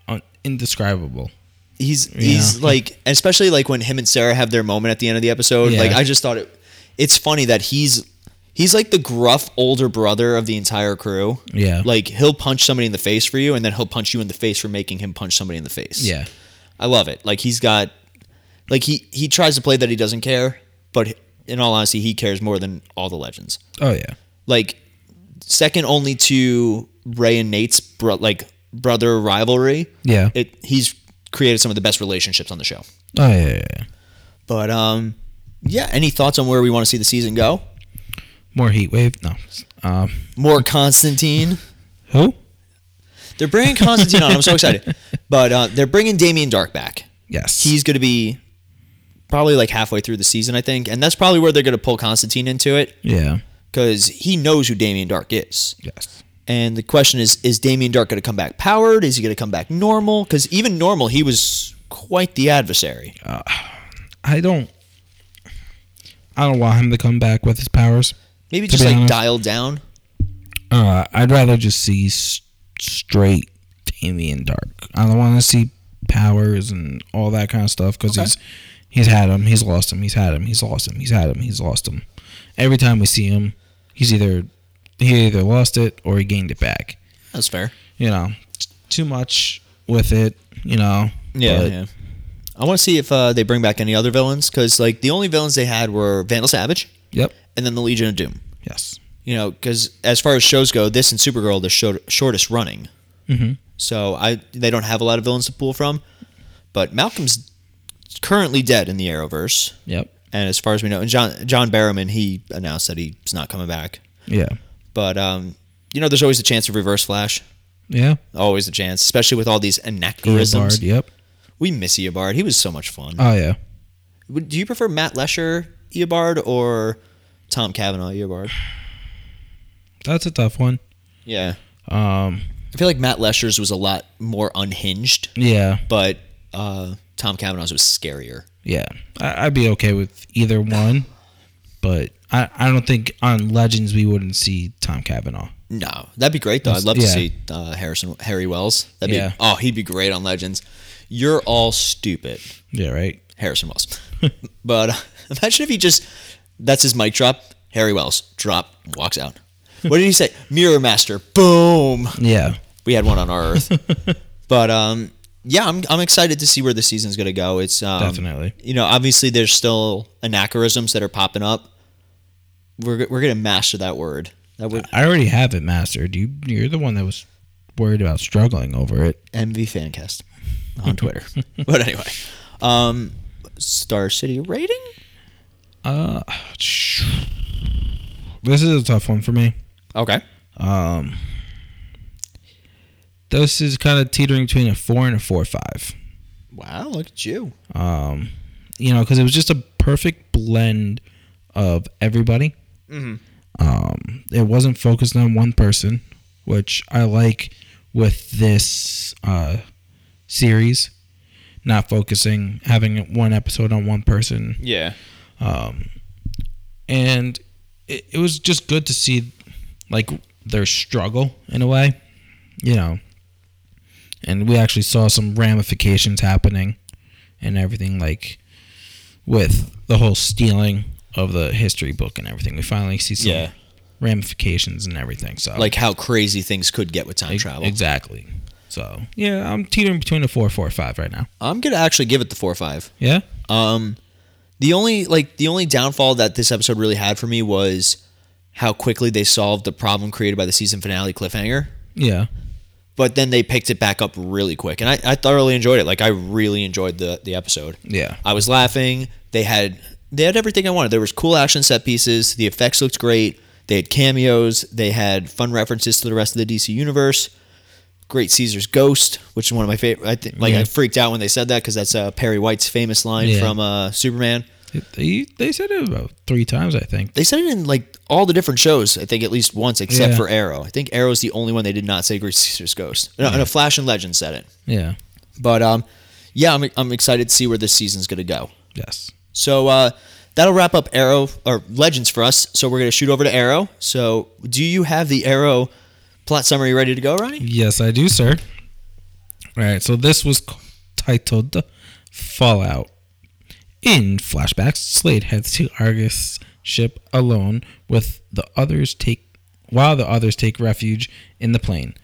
S2: un- indescribable.
S1: he's he's
S2: Yeah.
S1: like especially like when him and Sarah have their moment at the end of the episode.
S2: Yeah.
S1: Like I just thought it it's funny that he's he's like the gruff older brother of the entire crew.
S2: Yeah.
S1: Like he'll punch somebody in the face for you and then he'll punch you in the face for making him punch somebody in the face.
S2: Yeah.
S1: I love it. Like he's got like he he tries to play that he doesn't care, but in all honesty, he cares more than all the legends.
S2: Oh yeah.
S1: Like second only to Ray and Nate's bro- like brother rivalry.
S2: Yeah.
S1: It he's created some of the best relationships on the show.
S2: oh yeah, yeah, yeah.
S1: But um, yeah. Any thoughts on where we want to see the season go?
S2: More heat wave. No. Um.
S1: More Constantine.
S2: Who?
S1: They're bringing Constantine on. I'm so excited. But uh, they're bringing Damien Dark back.
S2: Yes.
S1: He's going to be probably like halfway through the season, I think, and that's probably where they're going to pull Constantine into it
S2: yeah.
S1: because he knows who Damien Dark is.
S2: Yes.
S1: And the question is, is Damien Dark going to come back powered? Is he going to come back normal? Because even normal, he was quite the adversary.
S2: I don't. I don't want him to come back with his powers.
S1: Maybe
S2: To
S1: just
S2: be
S1: like
S2: honest-
S1: dialed down.
S2: Uh, I'd rather just see s- straight Damien Dark. I don't want to see powers and all that kind of stuff because
S1: Okay.
S2: he's he's had him, he's lost him, he's had him, he's lost him, he's had him, he's lost him. Every time we see him, he's either he either lost it or he gained it back.
S1: That's fair.
S2: You know, too much with it. You know.
S1: Yeah,
S2: but-
S1: yeah. I want to see if uh, they bring back any other villains because like the only villains they had were Vandal Savage
S2: Yep.
S1: and then the Legion of Doom.
S2: Yes.
S1: you know, because as far as shows go, this and Supergirl are the short, shortest running.
S2: Mhm.
S1: So I they don't have a lot of villains to pull from, but Malcolm's currently dead in the Arrowverse,
S2: Yep.
S1: and as far as we know, and John John Barrowman he announced that he's not coming back.
S2: Yeah.
S1: But um, you know, there's always a chance of Reverse Flash,
S2: Yeah.
S1: always a chance, especially with all these anachronisms.
S2: Eobard, Yep.
S1: We miss Eobard. He was so much fun.
S2: Oh yeah.
S1: Would Do you prefer Matt Lesher Eobard or Tom Cavanaugh Eobard?
S2: That's a tough one.
S1: Yeah.
S2: Um.
S1: I feel like Matt Lesher's was a lot more unhinged,
S2: Yeah.
S1: but uh, Tom Cavanaugh's was scarier.
S2: Yeah, I, I'd be okay with either one, but I, I don't think on Legends we wouldn't see Tom Cavanaugh.
S1: No, that'd be great though. I'd love to
S2: Yeah.
S1: see uh, Harrison Harry Wells. That'd
S2: Yeah.
S1: be oh, he'd be great on Legends. You're all stupid,
S2: Yeah, right.
S1: Harrison Wells. but uh, imagine if he just that's his mic drop. Harry Wells drop walks out. What did he say? Mirror Master. Boom.
S2: Yeah,
S1: We had one on our Earth. but um, yeah, I'm I'm excited to see where the season's gonna go. It's um,
S2: Definitely.
S1: You know, obviously there's still anachronisms that are popping up. We're we're gonna master that word. That word
S2: I already have it mastered. You you're the one that was worried about struggling over it.
S1: MV Fancast on Twitter. but anyway, um, Star City rating.
S2: Uh, sh- this is a tough one for me.
S1: Okay.
S2: Um, this is kind of teetering between a four and a four five.
S1: Wow, look at you.
S2: um, you know, because it was just a perfect blend of everybody. Um, it wasn't focused on one person, which I like with this uh, series. Not focusing, having one episode on one person,
S1: Yeah.
S2: and it, it was just good to see, like their struggle in a way, you know. And we actually saw some ramifications happening, and everything like with the whole stealing of the history book and everything. We finally see some
S1: Yeah.
S2: ramifications and everything. So
S1: Like how crazy things could get with time travel.
S2: exactly. So yeah, I'm teetering between a four, four, five right now.
S1: I'm gonna actually give it the four or five.
S2: Yeah,
S1: Um, the only like the only downfall that this episode really had for me was how quickly they solved the problem created by the season finale cliffhanger.
S2: yeah,
S1: But then they picked it back up really quick, and I, I thoroughly enjoyed it. Like I really enjoyed the the episode.
S2: yeah,
S1: I was laughing. They had they had everything I wanted. There was cool action set pieces. The effects looked great. They had cameos. They had fun references to the rest of the DC universe. Great Caesar's Ghost, which is one of my favorite. I think like
S2: Yeah.
S1: I freaked out when they said that because that's uh, Perry White's famous line
S2: Yeah.
S1: from uh, Superman.
S2: They they said it about three times, I think.
S1: They said it in like all the different shows. I think at least once, except
S2: Yeah.
S1: for Arrow. I think Arrow's the only one they did not say Great Caesar's Ghost. No, no, Flash and Legend said it.
S2: Yeah.
S1: But um, yeah, I'm I'm excited to see where this season's gonna go.
S2: Yes.
S1: So uh, that'll wrap up Arrow or Legends for us. So we're gonna shoot over to Arrow. So do you have the Arrow plot summary ready to go, Ronnie?
S2: Yes, I do, sir. All right, so this was c- titled Fallout. In flashbacks, Slade heads to Argus' ship alone with the others take while the others take refuge in the plane.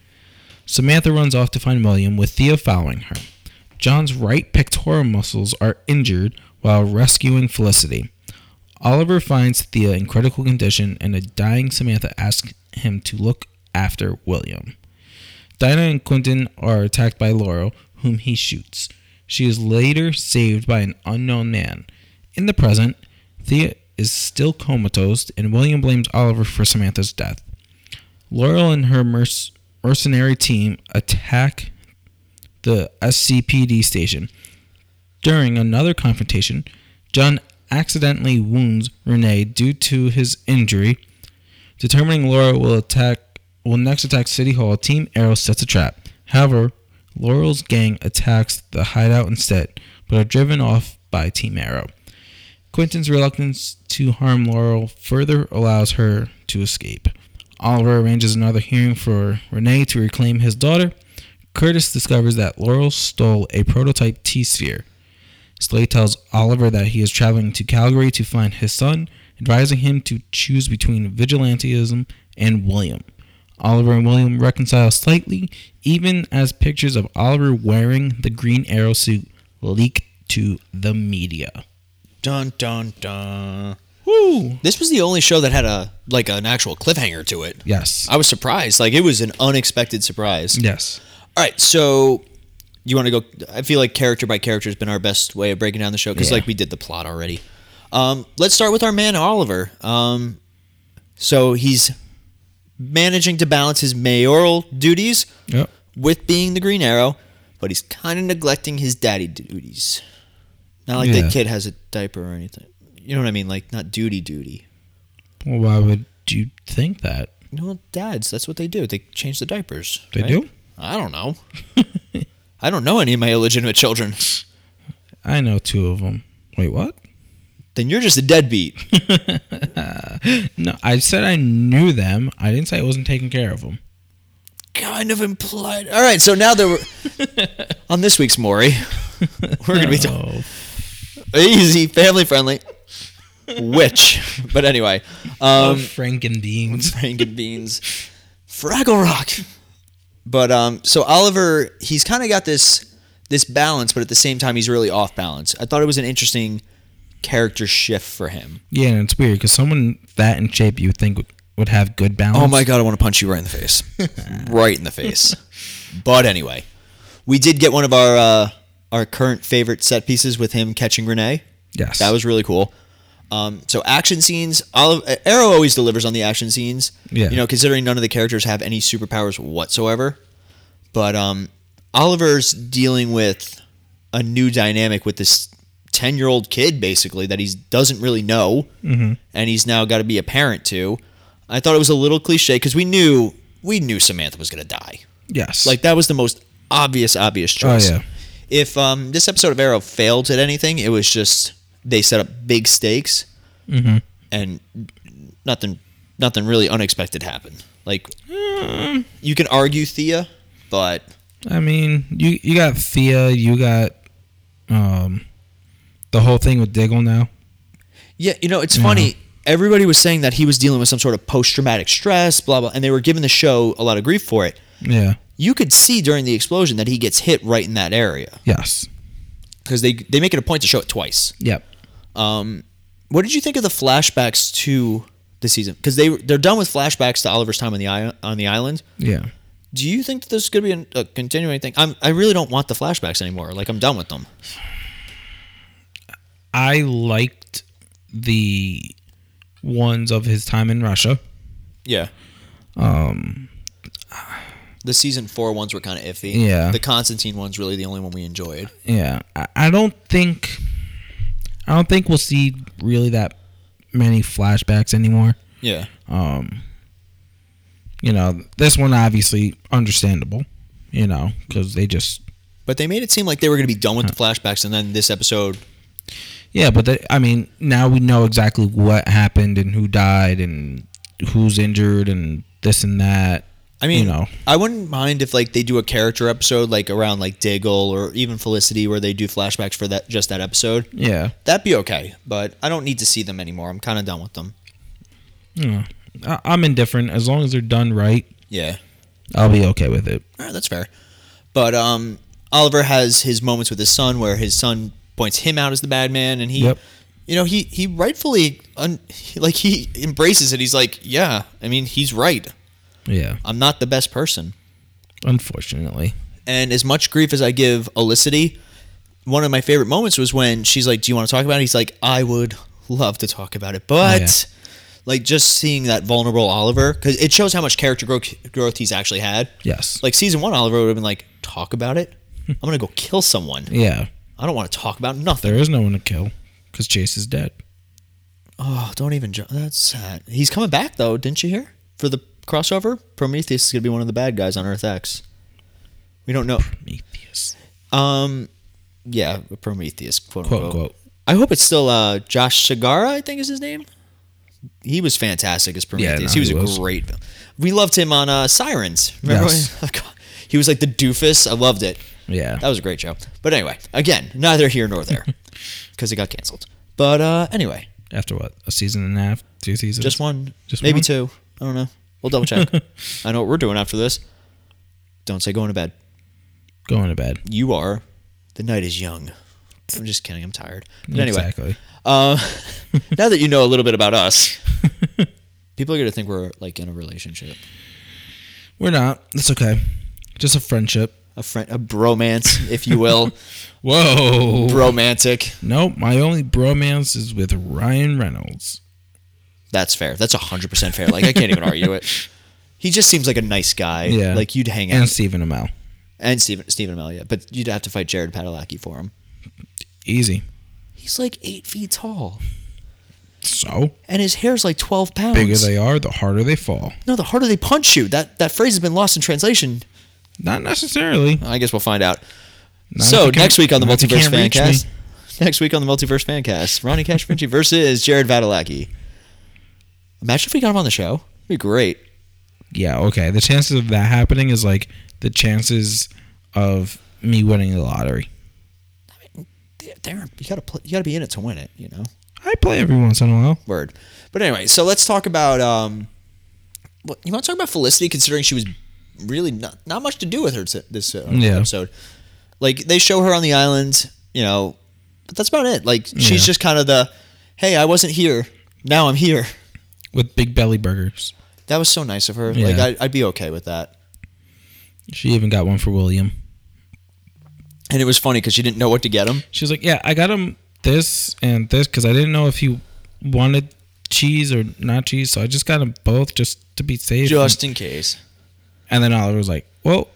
S2: Samantha runs off to find William with Thea following her. John's right pectoral muscles are injured while rescuing Felicity. Oliver finds Thea in critical condition, and a dying Samantha asks him to look after William. Dinah and Quentin are attacked by Laurel, whom he shoots. She is later saved by an unknown man. In the present, Thea is still comatose, and William blames Oliver for Samantha's death. Laurel and her merc- mercenary team attack the SCPD station. During another confrontation, John accidentally wounds Renee due to his injury. Determining Laurel will attack will next attack City Hall, Team Arrow sets a trap. However, Laurel's gang attacks the hideout instead, but are driven off by Team Arrow. Quentin's reluctance to harm Laurel further allows her to escape. Oliver arranges another hearing for Renee to reclaim his daughter. Curtis discovers that Laurel stole a prototype T sphere. Slade tells Oliver that he is traveling to Calgary to find his son, advising him to choose between vigilantism and William. Oliver and William reconcile slightly, even as pictures of Oliver wearing the green arrow suit leak to the media.
S1: Dun dun dun.
S2: Woo!
S1: This was the only show that had a like an actual cliffhanger to it.
S2: Yes.
S1: I was surprised. Like it was an unexpected surprise.
S2: Yes.
S1: All right, so you want to go? I feel like character by character has been our best way of breaking down the show because,
S2: Yeah.
S1: like, we did the plot already. Um, let's start with our man Oliver. Um, so he's managing to balance his mayoral duties
S2: Yep.
S1: with being the Green Arrow, but he's kind of neglecting his daddy duties. Not like
S2: Yeah.
S1: that kid has a diaper or anything. You know what I mean? Like not duty duty.
S2: Well, why would you think that?
S1: No, dads. That's what they do. They change the diapers.
S2: They
S1: right?
S2: do?
S1: I don't know. I don't know any of my illegitimate children.
S2: I know two of them. Wait, what?
S1: Then you're just a deadbeat.
S2: No, I said I knew them. I didn't say I wasn't taking care of them.
S1: kind of implied. All right, so now that we're on this week's Maury, we're gonna be talking
S2: Oh,
S1: easy, family friendly, witch. But anyway,
S2: Oh,
S1: um,
S2: Franken beans.
S1: Frank and Beans, Fraggle Rock. But um, so Oliver, he's kind of got this this balance, but at the same time, he's really off balance. I thought it was an interesting character shift for him.
S2: Yeah, and it's weird because someone that in shape you would think would, would have good balance.
S1: Oh my god, I want to punch you right in the face. right in the face. But anyway, we did get one of our uh, our current favorite set pieces with him catching Renee.
S2: Yes.
S1: That was really cool. Um, so action scenes, Olive, Arrow always delivers on the action scenes.
S2: Yeah.
S1: You know, considering none of the characters have any superpowers whatsoever, but um, Oliver's dealing with a new dynamic with this ten-year-old kid, basically that he doesn't really know,
S2: Mm-hmm.
S1: and he's now got to be a parent to. I thought it was a little cliche because we knew we knew Samantha was gonna die.
S2: Yes.
S1: Like that was the most obvious, obvious
S2: Oh,
S1: choice.
S2: yeah.
S1: If um, this episode of Arrow failed at anything, it was just they set up big stakes, and nothing, nothing really unexpected happened. Like you can argue Thea, but
S2: I mean, you you got Thea, you got um the whole thing with Diggle now.
S1: yeah, you know it's funny. Everybody was saying that he was dealing with some sort of post-traumatic stress, blah blah, and they were giving the show a lot of grief for it.
S2: Yeah.
S1: You could see during the explosion that he gets hit right in that area
S2: Yes.
S1: because they they make it a point to show it twice.
S2: Yep.
S1: Um, what did you think of the flashbacks to the season? Because they they're done with flashbacks to Oliver's time on the i- on the island.
S2: Yeah.
S1: Do you think that this is going to be an, a continuing thing? I'm, I really don't want the flashbacks anymore. Like I'm done with them.
S2: I liked the ones of his time in Russia.
S1: Yeah. Um,
S2: Um,
S1: the season four ones were kind of iffy.
S2: Yeah.
S1: The Constantine one's really the only one we enjoyed.
S2: Yeah. I, I don't think I don't think we'll see really that many flashbacks anymore.
S1: Yeah.
S2: Um, You know, this one obviously understandable, you know, cuz they just
S1: But they made it seem like they were going to be done with the flashbacks, and then this episode.
S2: Yeah, but that, I mean, now we know exactly what happened and who died and who's injured and this and that.
S1: I mean,
S2: you know,
S1: I wouldn't mind if like they do a character episode like around like Diggle or even Felicity where they do flashbacks for that just that episode.
S2: yeah.
S1: That'd be okay, but I don't need to see them anymore. I'm kind of done with them.
S2: yeah. I, I'm indifferent as long as they're done right.
S1: Yeah.
S2: I'll be okay with it.
S1: All right, that's fair. But um, Oliver has his moments with his son where his son points him out as the bad man and he
S2: Yep.
S1: you know, he he rightfully un, like he embraces it. He's like, yeah, I mean, he's right.
S2: Yeah.
S1: I'm not the best person.
S2: Unfortunately.
S1: And as much grief as I give Elicity, one of my favorite moments was when she's like, "Do you want to talk about it?" He's like, "I would love to talk about it,
S2: Oh,
S1: but." Like just seeing that vulnerable Oliver, because it shows how much character growth, growth he's actually had.
S2: Yes.
S1: Like season one, Oliver would have been like, "Talk about it. I'm gonna go kill someone.
S2: yeah.
S1: I don't want to talk about nothing."
S2: There is no one to kill because Chase is dead.
S1: Oh, don't even. Jo- that's sad. He's coming back though, didn't you hear? For the crossover, Prometheus is gonna be one of the bad guys on Earth X. We don't know.
S2: Prometheus.
S1: Um, yeah, Prometheus, quote,
S2: Quote,
S1: unquote.
S2: quote.
S1: I hope it's still uh, Josh Segara. I think is his name. He was fantastic as Prometheus.
S2: no,
S1: he was
S2: he
S1: a
S2: was.
S1: great. We loved him on uh, Sirens. Remember?
S2: Yes.
S1: when- he was like the doofus. I loved it.
S2: Yeah.
S1: That was a great show. But anyway, again, neither here nor there, because it got canceled. But uh, anyway,
S2: After what? A season and a half? Two seasons?
S1: just one,
S2: Just
S1: maybe
S2: one?
S1: two. I don't know. We'll double check. I know what we're doing after this. Don't say going to bed.
S2: Going to bed.
S1: You are. The night is young. I'm just kidding. I'm tired. But anyway,
S2: Exactly.
S1: uh, now that you know a little bit about us, people are gonna think we're like in a relationship,
S2: We're not. That's okay. Just a friendship.
S1: a friend, a bromance, if you will,
S2: Whoa.
S1: romantic.
S2: Nope. My only bromance is with Ryan Reynolds.
S1: That's fair. That's hundred percent fair. Like I can't even argue it. He just seems like a nice guy.
S2: Yeah.
S1: Like you'd hang out
S2: And
S1: and,
S2: Stephen Amell.
S1: Stephen Stephen Amell, yeah. But you'd have to fight Jared Padalecki for him.
S2: Easy.
S1: He's like eight feet tall,
S2: So,
S1: and his hair's like twelve pounds.
S2: bigger they are, the harder they fall.
S1: no, the harder they punch you. That that phrase has been lost in translation.
S2: Not necessarily.
S1: I guess we'll find out.
S2: Not
S1: so
S2: if you can-
S1: next week on the
S2: not if you
S1: Multiverse
S2: can't reach me.
S1: Fancast. Next week on the Multiverse Fancast, Ronnie Cashvinci versus Jared Vadalaki. Imagine if we got him on the show. It'd be great.
S2: Yeah, okay. The chances of that happening is like the chances of me winning the lottery.
S1: Dar- Darren, you gotta play, you gotta be in it to win it. You know,
S2: I play every once in a while.
S1: word. But anyway, so let's talk about. Um, what, you want to talk about Felicity, considering she was really not not much to do with her t- this uh,
S2: Yeah.
S1: episode. Like they show her on the island, you know, but that's about it. Like she's
S2: Yeah.
S1: just kind of the, hey, I wasn't here, now I'm here.
S2: With Big Belly Burgers.
S1: That was so nice of her. Like
S2: Yeah.
S1: I, I'd be okay with that.
S2: She even got one for William.
S1: And it was funny because she didn't know what to get him.
S2: She was like, "Yeah, I got him this and this because I didn't know if he wanted cheese or not cheese, so I just got him both just to be safe."
S1: Just in case.
S2: and then Oliver was like, "Well,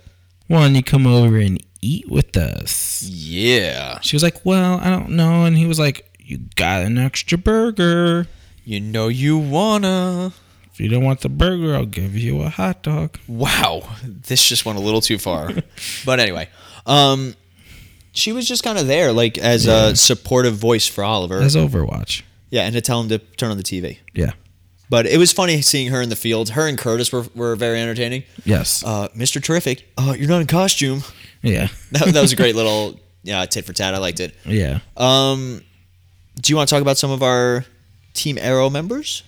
S2: why don't you come over and eat with us?"
S1: Yeah.
S2: She was like, "Well, I don't know," and he was like, "You got an extra burger.
S1: You know you wanna.
S2: If you don't want the burger, I'll give you a hot dog."
S1: Wow. This just went a little too far. but anyway. Um she was just kind of there, like as a supportive voice for Oliver.
S2: That's Overwatch.
S1: yeah, and to tell him to turn on the TV.
S2: Yeah.
S1: But it was funny seeing her in the field. Her and Curtis were, were very entertaining.
S2: Yes.
S1: Uh, Mr. Terrific, uh, you're not in costume.
S2: yeah.
S1: That, that was a great little yeah, tit for tat. I liked it.
S2: yeah.
S1: Um, do you want to talk about some of our Team Arrow members?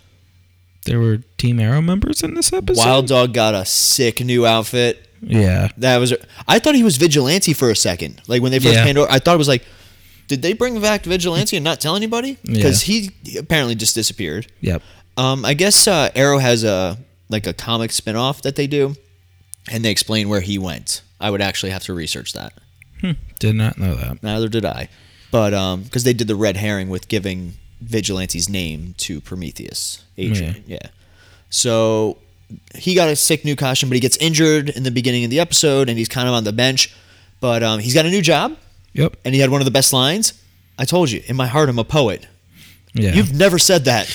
S2: There were Team Arrow members in this episode.
S1: Wild Dog got a sick new outfit.
S2: Yeah.
S1: That was I thought he was Vigilante for a second. Like when they first
S2: Yeah.
S1: panned over, I thought it was like, did they bring back Vigilante and not tell anybody? Because he apparently just disappeared.
S2: Yep.
S1: Um, I guess uh, Arrow has a like a comic spinoff that they do, and they explain where he went. I would actually have to research that.
S2: Hmm. Did not know that.
S1: Neither did I. But um, because they did the red herring with giving Vigilante's name to Prometheus, Adrian. Yeah. So he got a sick new costume, but he gets injured in the beginning of the episode, and he's kind of on the bench. But um, he's got a new job,
S2: Yep.
S1: and he had one of the best lines. I told you, in my heart, I'm a poet.
S2: Yeah.
S1: You've never said that.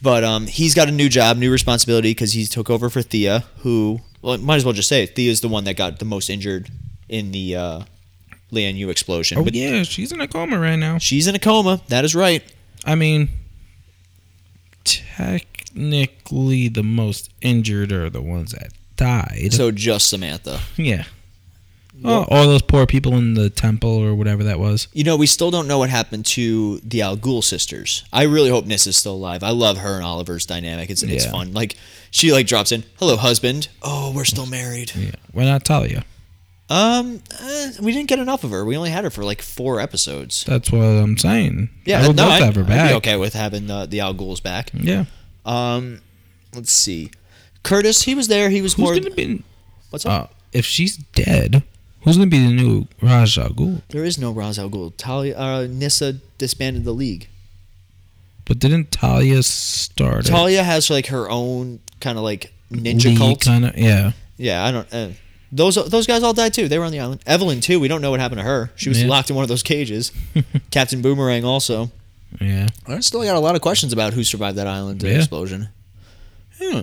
S1: but um, he's got a new job, new responsibility because he took over for Thea, who well, might as well just say it. Thea's the one that got the most injured in the uh, Lian Yu explosion.
S2: Oh
S1: But
S2: yeah, she's in a coma right now.
S1: She's in a coma. That is right.
S2: I mean, technically, the most injured are the ones that died.
S1: So just Samantha.
S2: yeah. Oh, all those poor people in the temple or whatever that was.
S1: You know, we still don't know what happened to the Al Ghul sisters. I really hope Nis is still alive. I love her and Oliver's dynamic. It's it's
S2: Yeah.
S1: fun. Like she like drops in, "Hello, husband. Oh, we're still married."
S2: Yeah. Why not Talia?
S1: Um, eh, we didn't get enough of her. We only had her for like four episodes.
S2: That's what I'm saying.
S1: Yeah,
S2: I would
S1: no,
S2: love
S1: I'd,
S2: to have her
S1: I'd
S2: back.
S1: be okay with having the, the Al Ghul's back.
S2: Yeah.
S1: Um, let's see. Curtis, he was there. He was
S2: Who's
S1: more.
S2: gonna be?
S1: What's up?
S2: Uh, if she's dead, who's gonna be the new Raj al Ghul?
S1: there is no Ra's al Ghul. Talia, uh, Nissa disbanded the league.
S2: But didn't Talia start?
S1: Talia has like her own kind of like ninja cult.
S2: Kind of. Yeah.
S1: Yeah, I don't. Uh, those those guys all died too. They were on the island. Evelyn too. We don't know what happened to her. She was
S2: Yeah.
S1: locked in one of those cages. Captain Boomerang also.
S2: Yeah.
S1: I still got a lot of questions about who survived that island
S2: Yeah.
S1: explosion. Hmm.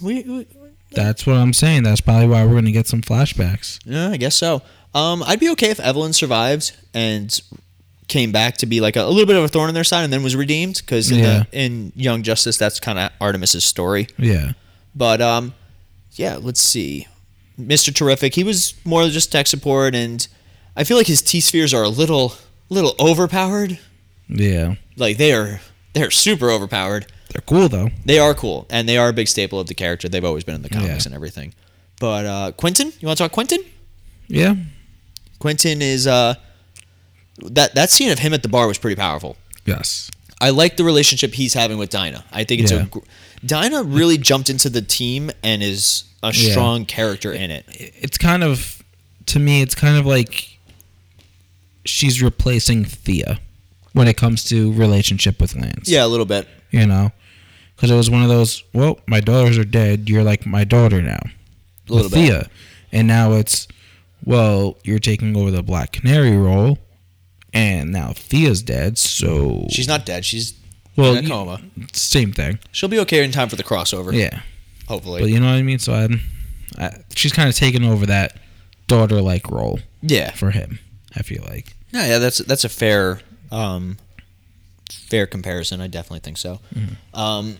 S1: We, we
S2: That's what I'm saying. That's probably why we're gonna get some flashbacks.
S1: yeah, I guess so. Um, I'd be okay if Evelyn survived and came back to be like a, a little bit of a thorn in their side and then was redeemed because in,
S2: Yeah.
S1: the in Young Justice that's kind of Artemis's story.
S2: Yeah.
S1: But um, yeah, let's see. Mr. Terrific, he was more just tech support, and I feel like his T spheres are a little, little overpowered.
S2: Yeah.
S1: Like they are, they're super overpowered.
S2: They're cool though.
S1: They are cool, and they are a big staple of the character. They've always been in the comics
S2: Yeah.
S1: and everything. But uh, Quentin, you want to talk Quentin?
S2: Yeah.
S1: Quentin is uh, that that scene of him at the bar was pretty powerful.
S2: Yes.
S1: I like the relationship he's having with Dinah. I think it's
S2: Yeah.
S1: a gr- Dinah really jumped into the team and is a
S2: Yeah.
S1: strong character in it.
S2: It's kind of, to me, it's kind of like she's replacing Thea when it comes to relationship with Lance.
S1: Yeah, a little bit.
S2: You know, because it was one of those. Well, my daughters are dead. You're like my daughter now.
S1: A little
S2: with
S1: bit.
S2: Thea, and now it's, well, you're taking over the Black Canary role, and now Thea's dead. So
S1: She's not dead. She's
S2: well,
S1: in a
S2: you-
S1: coma.
S2: same thing.
S1: She'll be okay in time for the crossover.
S2: Yeah.
S1: Hopefully.
S2: But you know what I mean? So I'm, I, she's kind of taking over that daughter like role
S1: yeah.
S2: for him, I feel like.
S1: Yeah, yeah, that's that's a fair um fair comparison. I definitely think so.
S2: Mm-hmm.
S1: Um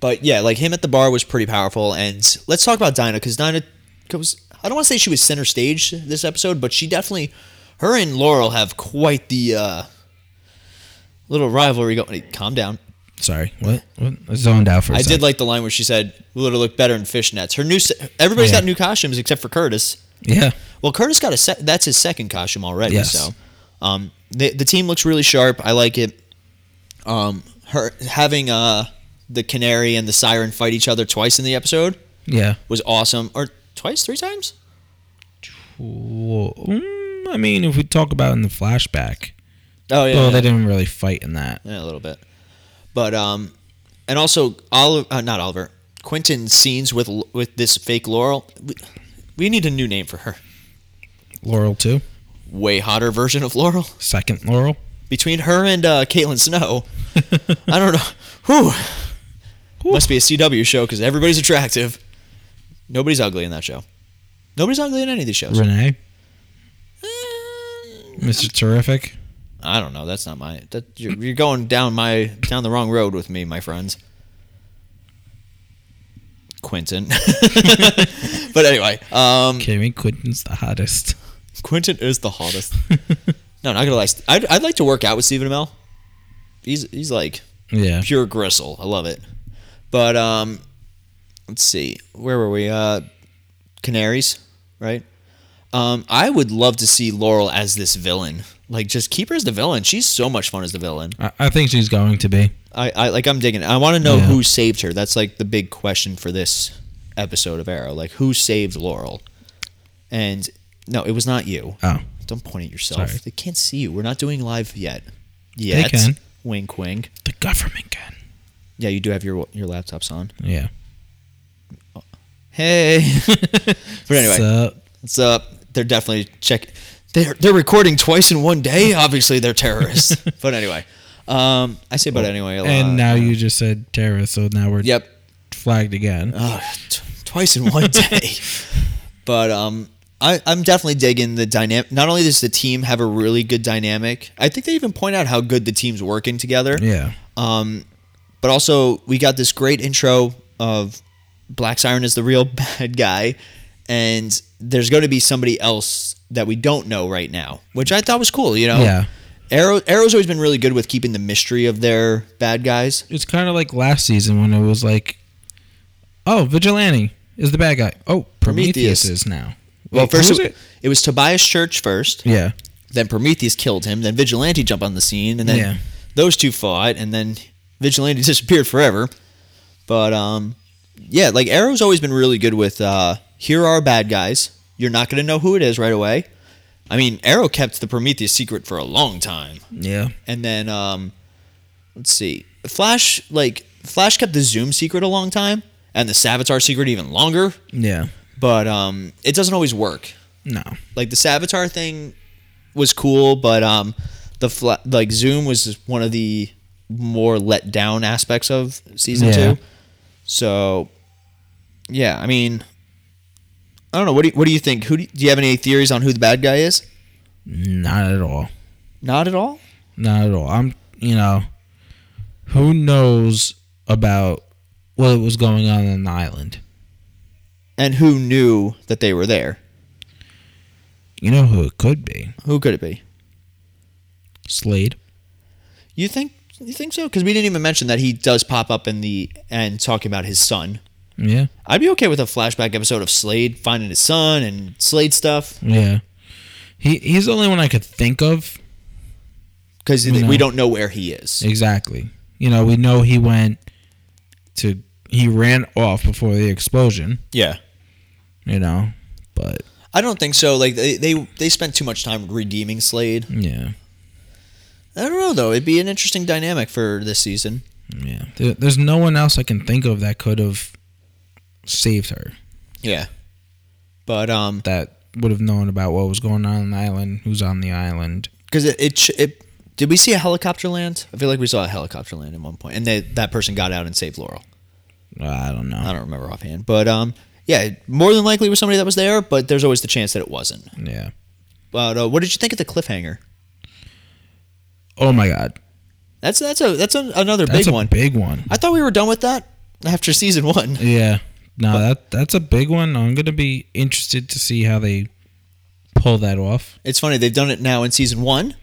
S1: but yeah, like him at the bar was pretty powerful and let's talk about Dinah cuz Dinah goes I don't want to say she was center stage this episode, but she definitely her and Laurel have quite the uh little rivalry going. Calm down.
S2: Sorry. What? what? I zoned out for a
S1: I did
S2: second.
S1: like the line where she said, "Will it look better in fishnets?" Her new, se- everybody's
S2: Oh, Yeah.
S1: got new costumes except for Curtis.
S2: Yeah.
S1: Well, Curtis got a se- that's his second costume already.
S2: Yes.
S1: So, um, the the team looks really sharp. I like it. Um, her having uh the canary and the siren fight each other twice in the episode
S2: Yeah.
S1: was awesome. Or twice, three times.
S2: Well, mm, I mean, if we talk about in the flashback,
S1: Oh yeah,
S2: well,
S1: yeah.
S2: they didn't really fight in that.
S1: Yeah, a little bit. But um, and also Oliver, uh, not Oliver, Quentin's scenes with L- with this fake Laurel. We, we need a new name for her.
S2: Laurel, too.
S1: Way hotter version of Laurel.
S2: Second Laurel.
S1: between her and uh, Caitlin Snow. I don't know. Whew. Must be a CW show because everybody's attractive. Nobody's ugly in that show. Nobody's ugly in any of these shows.
S2: Renee.
S1: Eh,
S2: Mr. Terrific.
S1: I don't know. That's not my. That you're, you're going down my down the wrong road with me, my friends. Quentin. but anyway, um,
S2: Kimmy Quinton's the hottest.
S1: Quentin is the hottest. no, not gonna lie. I'd, I'd like to work out with Stephen Amell. He's he's like
S2: Yeah.
S1: pure gristle. I love it. But um, let's see, where were we? Uh, Canaries, right? Um, I would love to see Laurel as this villain. Like, just keep her as the villain. She's so much fun as the villain.
S2: I, I think she's going to be.
S1: I, I like. I'm digging. It. I want to know
S2: Yeah.
S1: who saved her. That's like the big question for this episode of Arrow. Like, who saved Laurel? And no, it was not you.
S2: Oh.
S1: Don't point at yourself.
S2: Sorry.
S1: They can't see you. We're not doing live yet. Yet.
S2: can.
S1: Wink, wink.
S2: The government gun.
S1: Yeah, you do have your your laptops on.
S2: Yeah.
S1: Hey. but anyway,
S2: So,
S1: what's up? They're definitely check. They're they're recording twice in one day. Obviously, they're terrorists. but anyway, um, I say but anyway a lot.
S2: Oh, and now you just said terrorist, so now we're
S1: yep, Uh-huh.
S2: flagged again.
S1: Ugh, t- twice in one day. but um, I I'm definitely digging the dynamic. Not only does the team have a really good dynamic, I think they even point out how good the team's working together.
S2: yeah.
S1: Um, but also, we got this great intro of Black Siren is the real bad guy, and there's going to be somebody else that we don't know right now, which I thought was cool. You know,
S2: Yeah.
S1: Arrow Arrow's always been really good with keeping the mystery of their bad guys.
S2: It's kind of like last season when it was like, oh, Vigilante is the bad guy. Oh, Prometheus,
S1: Prometheus.
S2: is now.
S1: Well,
S2: Wait,
S1: first
S2: who was
S1: it,
S2: it?
S1: it was Tobias Church first.
S2: Yeah.
S1: Then Prometheus killed him. Then Vigilante jumped on the scene, and then
S2: Yeah.
S1: those two fought, and then Vigilante disappeared forever. But um, yeah, like Arrow's always been really good with uh, here are bad guys. You're not gonna know who it is right away. I mean, Arrow kept the Prometheus secret for a long time,
S2: Yeah.
S1: and then um, let's see, Flash like Flash kept the Zoom secret a long time, and the Savitar secret even longer.
S2: Yeah.
S1: But um, it doesn't always work
S2: No.
S1: like the Savitar thing was cool, but um, the fla- like Zoom was just one of the more let down aspects of season
S2: Yeah.
S1: two. So, yeah, I mean, I don't know. What do you, what do you think? Who do you, do you have any theories on who the bad guy is?
S2: Not at all.
S1: Not at all.
S2: Not at all. I'm, you know, who knows about what was going on in the island?
S1: And who knew that they were there?
S2: You know who it could be?
S1: Who could it be?
S2: Slade.
S1: You think you think so? Because we didn't even mention that he does pop up in the end talking about his son.
S2: Yeah.
S1: I'd be okay with a flashback episode of Slade finding his son and Slade stuff.
S2: Yeah. He he's the only one I could think of.
S1: because
S2: know.
S1: we don't know where he is.
S2: Exactly. You know, we know he went to he ran off before the explosion,
S1: Yeah,
S2: you know. But
S1: I don't think so. Like they they, they spent too much time redeeming Slade.
S2: yeah.
S1: I don't know though. It'd be an interesting dynamic for this season.
S2: Yeah. There, there's no one else I can think of that could have saved her.
S1: Yeah, but um,
S2: That would have known about what was going on on the island, who's on the island.
S1: because it, it sh- it did we see a helicopter land? I feel like we saw a helicopter land at one point, and they, that person got out and saved Laurel.
S2: I don't know.
S1: I don't remember offhand, but um, yeah, more than likely it was somebody that was there, but there's always the chance that it wasn't.
S2: Yeah.
S1: But uh, what did you think of the cliffhanger?
S2: Oh my god.
S1: That's that's a that's an another
S2: That's
S1: big
S2: a
S1: one.
S2: big one.
S1: I thought we were done with that after season one.
S2: Yeah. No, that that's a big one. I'm gonna be interested to see how they pull that off.
S1: It's funny they've done it now in season one,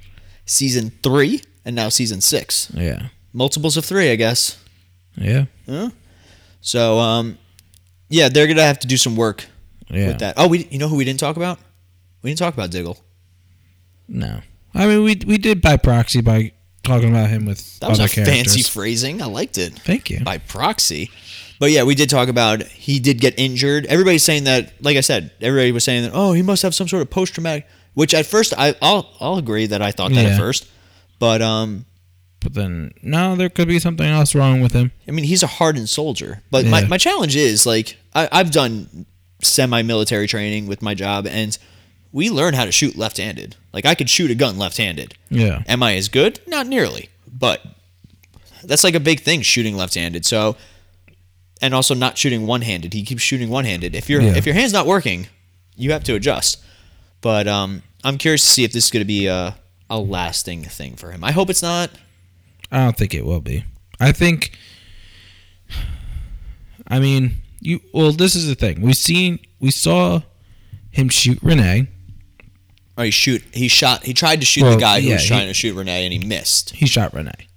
S1: season three, and now season six.
S2: Yeah.
S1: Multiples of three, I guess.
S2: Yeah.
S1: So, um, yeah, they're gonna have to do some work
S2: Yeah.
S1: with that. Oh, we you know who we didn't talk about? We didn't talk about Diggle.
S2: No. I mean, we we did by proxy by talking about him with
S1: That was
S2: other
S1: a
S2: characters.
S1: fancy phrasing. I liked it
S2: Thank you.
S1: by proxy. But yeah, we did talk about he did get injured. Everybody's saying that. Like I said, everybody was saying that. Oh, he must have some sort of post traumatic. Which at first I I'll I'll agree that I thought that
S2: Yeah.
S1: at first, but um,
S2: But then, no, there could be something else wrong with him.
S1: I mean, he's a hardened soldier. But my,
S2: Yeah.
S1: my challenge is like I, I've done semi military training with my job, and we learn how to shoot left handed. Like I could shoot a gun left handed.
S2: Yeah.
S1: Am I as good? Not nearly, but that's like a big thing shooting left handed. So, and also not shooting one handed. He keeps shooting one handed. If your
S2: Yeah.
S1: if your hand's not working, you have to adjust. But um, I'm curious to see if this is going to be a a lasting thing for him. I hope it's not.
S2: I don't think it will be. I think. I mean, you. Well, this is the thing. We seen. We saw him shoot Renee.
S1: Or he shoot. He shot. He tried to shoot
S2: Well,
S1: the guy who
S2: yeah,
S1: was
S2: he-
S1: trying to shoot Renee, and he missed.
S2: He shot Renee,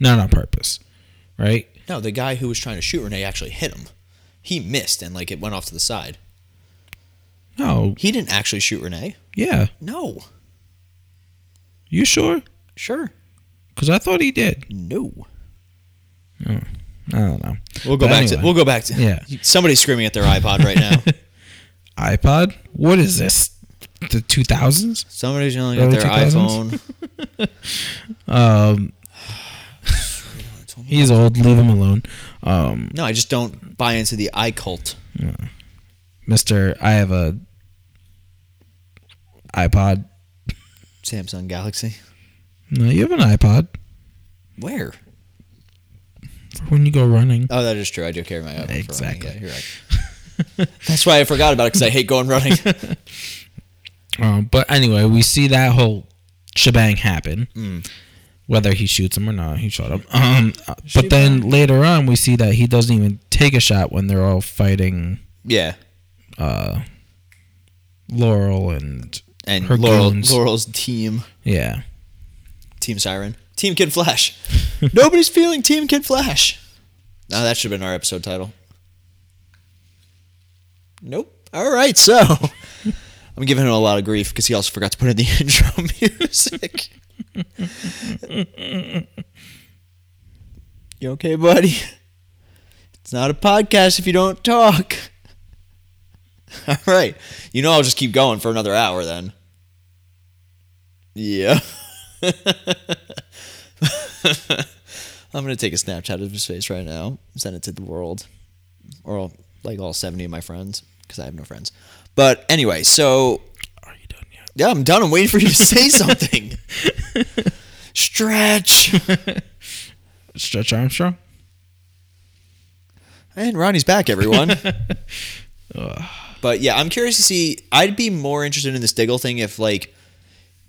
S2: not on purpose, right?
S1: No, the guy who was trying to shoot Renee actually hit him. He missed, and like it went off to the side.
S2: No.
S1: He didn't actually shoot Renee.
S2: Yeah.
S1: No.
S2: You sure?
S1: Sure.
S2: Because I thought he did.
S1: No.
S2: I don't know.
S1: We'll go
S2: But
S1: back to.
S2: anyway.
S1: We'll go back to.
S2: Yeah.
S1: Somebody's screaming at their iPod right now.
S2: iPod. What is this? The two thousands.
S1: Somebody's yelling at
S2: Early
S1: their
S2: 2000s?
S1: iPhone.
S2: Um, he's old. Leave him alone. Um,
S1: No, I just don't buy into the iCult.
S2: Mister, I have a iPod.
S1: Samsung Galaxy.
S2: No, you have an iPod
S1: Where?
S2: for when you go running.
S1: Oh, that is true. I do carry my iPhone. for running.
S2: Exactly.
S1: Yeah, you're right. That's why I forgot about it because I hate going running.
S2: Um, but anyway, we see that whole shebang happen. Whether he shoots him or not, Mm. he shot him. Um, uh, but then later on, we see that he doesn't even take a shot when they're all fighting
S1: yeah.
S2: Laurel and
S1: And
S2: her
S1: Laurel,
S2: goons.
S1: Laurel's team.
S2: Yeah,
S1: Team Siren. Team Kid Flash. Nobody's feeling Team Kid Flash. No, that should have been our episode title. Nope. All right, so I'm giving him a lot of grief because he also forgot to put in the intro music. you okay, buddy? It's not a podcast if you don't talk. All right. You know I'll just keep going for another hour then. Yeah. I'm going to take a Snapchat of his face right now, send it to the world, or like all 70 of my friends, because I have no friends. But anyway, so
S2: Are you done yet?
S1: yeah, I'm done. I'm waiting for you to say something. Stretch.
S2: Stretch Armstrong?
S1: And Ronnie's back, everyone. but yeah, I'm curious to see. I'd be more interested in this Diggle thing if, like,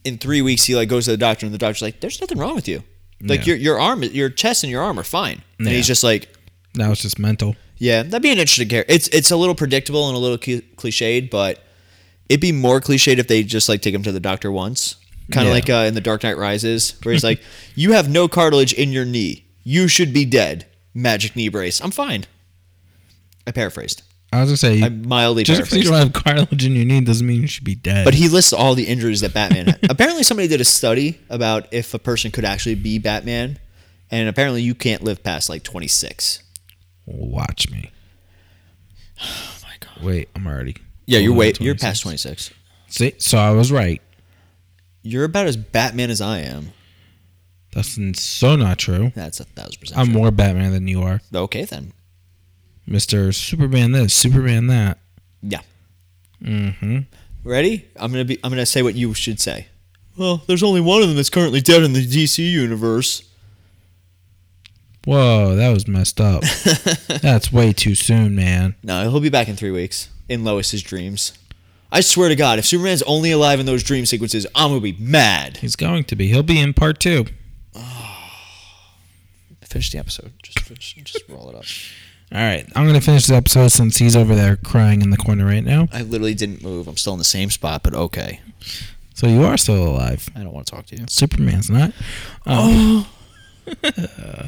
S1: in three weeks he like goes to the doctor and the doctor's like, "There's nothing wrong with you. Like your
S2: Yeah.
S1: your arm, your chest, and your arm are fine." And
S2: Yeah.
S1: he's just like,
S2: Now it's just mental.
S1: "Yeah, that'd be an interesting character. It's it's a little predictable and a little cli- cliched, but it'd be more cliched if they just like take him to the doctor once, kind of
S2: Yeah.
S1: like uh, in the Dark Knight Rises, where he's like, "You have no cartilage in your knee. You should be dead. Magic knee brace. I'm fine." I paraphrased.
S2: I was gonna say
S1: I mildly
S2: just because you
S1: paraphrased.
S2: don't have cartilage in your knee doesn't mean you should be dead.
S1: But he lists all the injuries that Batman had. apparently, somebody did a study about if a person could actually be Batman, and apparently, you can't live past like 26.
S2: watch me.
S1: Oh my god!
S2: Wait, I'm already.
S1: Yeah, you're
S2: going on
S1: way you're
S2: 26.
S1: past 26.
S2: See, so I was right.
S1: You're about as Batman as I am.
S2: That's n- so not true.
S1: That's a thousand percent.
S2: I'm more Batman than you are,
S1: true. okay then.
S2: Mister Superman. This, Superman that.
S1: Yeah. Mm-hmm. Ready? I'm gonna be. I'm gonna say what you should say. Well, there's only one of them that's currently dead in the DC universe.
S2: Whoa, that was messed up. That's way too soon, man.
S1: No, he'll be back in three weeks in Lois's dreams. I swear to God, if Superman's only alive in those dream sequences, I'm gonna be mad.
S2: He's going to be. He'll be in part two.
S1: Finish the episode. Just finish, just roll it up.
S2: All right, I'm gonna finish the episode since he's over there crying in the corner right now.
S1: I literally didn't move. I'm still in the same spot, but okay.
S2: So you are still alive.
S1: I don't want to talk to you.
S2: Superman's not. Um,
S1: Oh.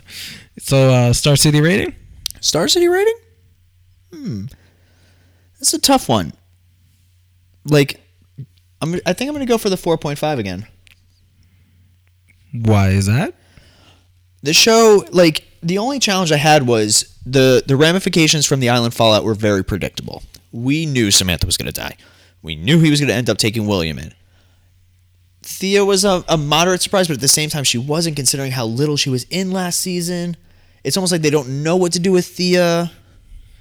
S2: so uh, Star City rating?
S1: Star City rating? Hmm. That's a tough one. Like, I'm, I think I'm gonna go for the 4.5 again.
S2: Why is that?
S1: the show like the only challenge i had was the the ramifications from the island fallout were very predictable we knew samantha was going to die we knew he was going to end up taking william in thea was a, a moderate surprise but at the same time she wasn't considering how little she was in last season it's almost like they don't know what to do with thea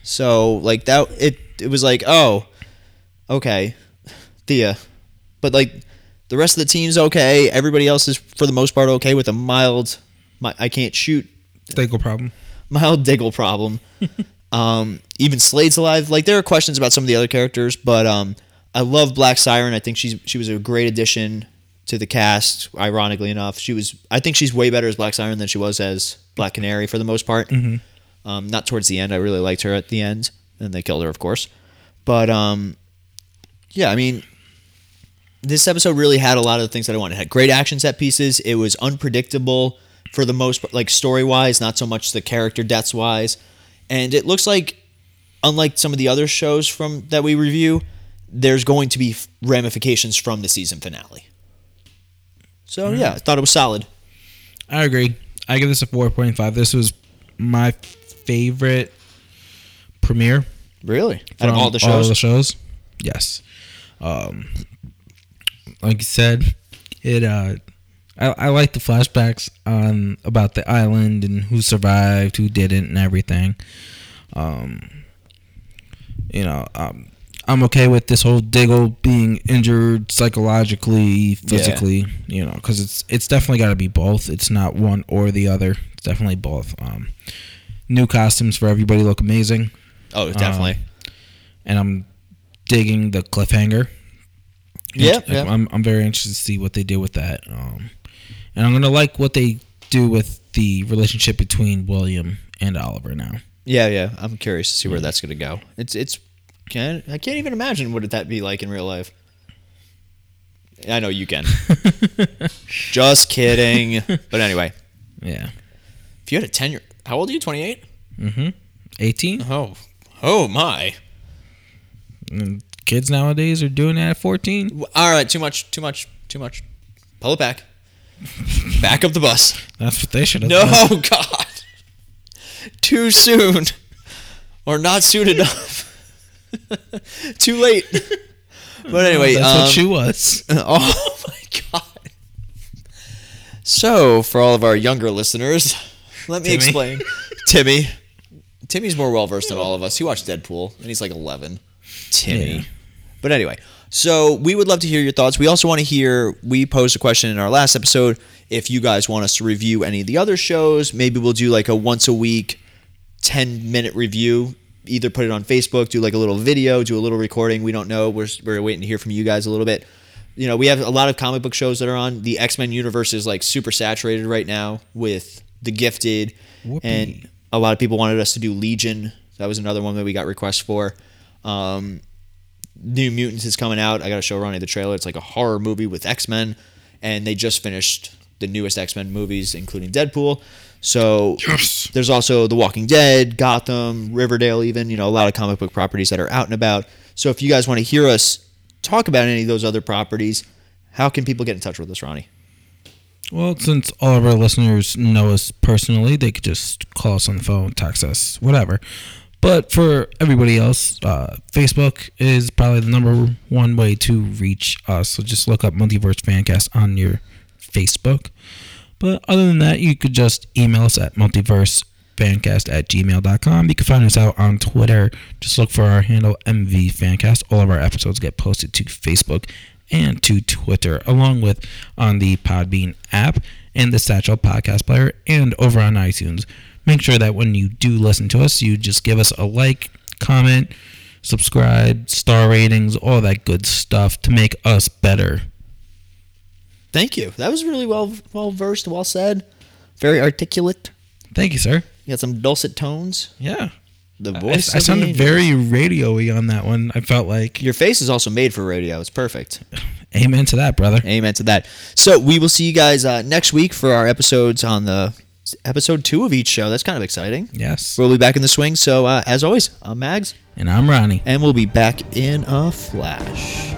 S1: so like that it it was like oh okay thea but like the rest of the team's okay everybody else is for the most part okay with a mild my, i can't shoot
S2: Thingle problem.
S1: mild diggle problem. um, even Slade's alive. Like there are questions about some of the other characters, but um, I love Black Siren. I think she's she was a great addition to the cast. Ironically enough, she was. I think she's way better as Black Siren than she was as Black Canary for the most part. Um, not towards the end. I really liked her at the end, and they killed her, of course. But um, yeah, I mean, this episode really had a lot of the things that I wanted. It had great action set pieces. It was unpredictable for the most part, like story wise, not so much the character deaths wise. And it looks like, unlike some of the other shows from that we review, there's going to be f- ramifications from the season finale. So yeah, I thought it was solid.
S2: I agree. I give this a 4.5. This was my favorite premiere
S1: Really, out of
S2: from
S1: all the shows.
S2: shows. Yes. Um, like you said, it. Uh, I, I like the flashbacks on about the island and who survived, who didn't, and everything. Um, you know, um, I'm okay with this whole Diggle being injured psychologically, physically. You know, because it's it's definitely got to be both. It's not one or the other. It's definitely both. Um, new costumes for everybody look amazing
S1: oh, definitely.
S2: and I'm digging the cliffhanger.
S1: yeah,
S2: Like,
S1: yeah.
S2: I'm, I'm very interested to see what they do with that. Um, and I'm gonna like what they do with the relationship between William and Oliver now.
S1: Yeah, yeah. I'm curious to see
S2: Mm.
S1: where that's gonna go. It's it's can I can't even imagine what would that be like in real life. I know you can. Just kidding. But anyway,
S2: Yeah,
S1: if you had a ten year, how old are you? Twenty eight.
S2: 18.
S1: Oh, oh my.
S2: kids nowadays are doing that at 14.
S1: All right, too much, too much, too much. Pull it back. Back up the bus.
S2: That's what they should have done.
S1: No, God. Too soon. Or not soon enough. Too late. But anyway,
S2: That's
S1: um,
S2: what she was.
S1: oh my God. So, for all of our younger listeners, let me
S2: Timmy.
S1: explain. Timmy. Timmy's more well versed than all of us. He watched Deadpool, and he's like 11. Timmy.
S2: Yeah.
S1: But anyway, so we would love to hear your thoughts. We also want to hear. We posed a question in our last episode. If you guys want us to review any of the other shows, maybe we'll do like a once a week, ten minute review. Either put it on Facebook, do like a little video, do a little recording. We don't know. We're we're waiting to hear from you guys a little bit. You know, we have a lot of comic book shows that are on. The X Men universe is like super saturated right now with The Gifted,
S2: Whoopee.
S1: and a lot of people wanted us to do Legion. That was another one that we got requests for. Um, New Mutants is coming out. I got to show Ronnie the trailer. It's like a horror movie with X Men, and they just finished the newest X Men movies, including Deadpool. So
S2: Yes.
S1: there's also The Walking Dead, Gotham, Riverdale, even you know a lot of comic book properties that are out and about. So if you guys want to hear us talk about any of those other properties, how can people get in touch with us, Ronnie?
S2: Well, since all of our listeners know us personally, they could just call us on the phone, text us, whatever. But for everybody else, uh, Facebook is probably the number one way to reach us. So just look up Multiverse Fancast on your Facebook. But other than that, you could just email us at multiversefancast at gmail.com. You can find us out on Twitter. Just look for our handle, MVFancast. All of our episodes get posted to Facebook and to Twitter, along with on the Podbean app and the Satchel Podcast Player and over on iTunes. Make sure that when you do listen to us, you just give us a like, comment, subscribe, star ratings, all that good stuff to make us better.
S1: Thank you. That was really well well versed, well said, very articulate.
S2: Thank you, sir.
S1: You got some dulcet tones.
S2: Yeah.
S1: The
S2: I-
S1: voice.
S2: I, I
S1: of the
S2: sounded
S1: angel.
S2: very radio-y on that one. I felt like
S1: Your face is also made for radio. It's perfect.
S2: amen to that, brother.
S1: Amen to that. So we will see you guys uh, next week for our episodes on the episode two of each show. That's kind of exciting.
S2: Yes.
S1: We'll be back in the swing. So uh, as always, I'm Mags,
S2: And I'm Ronnie.
S1: and we'll be back in a flash.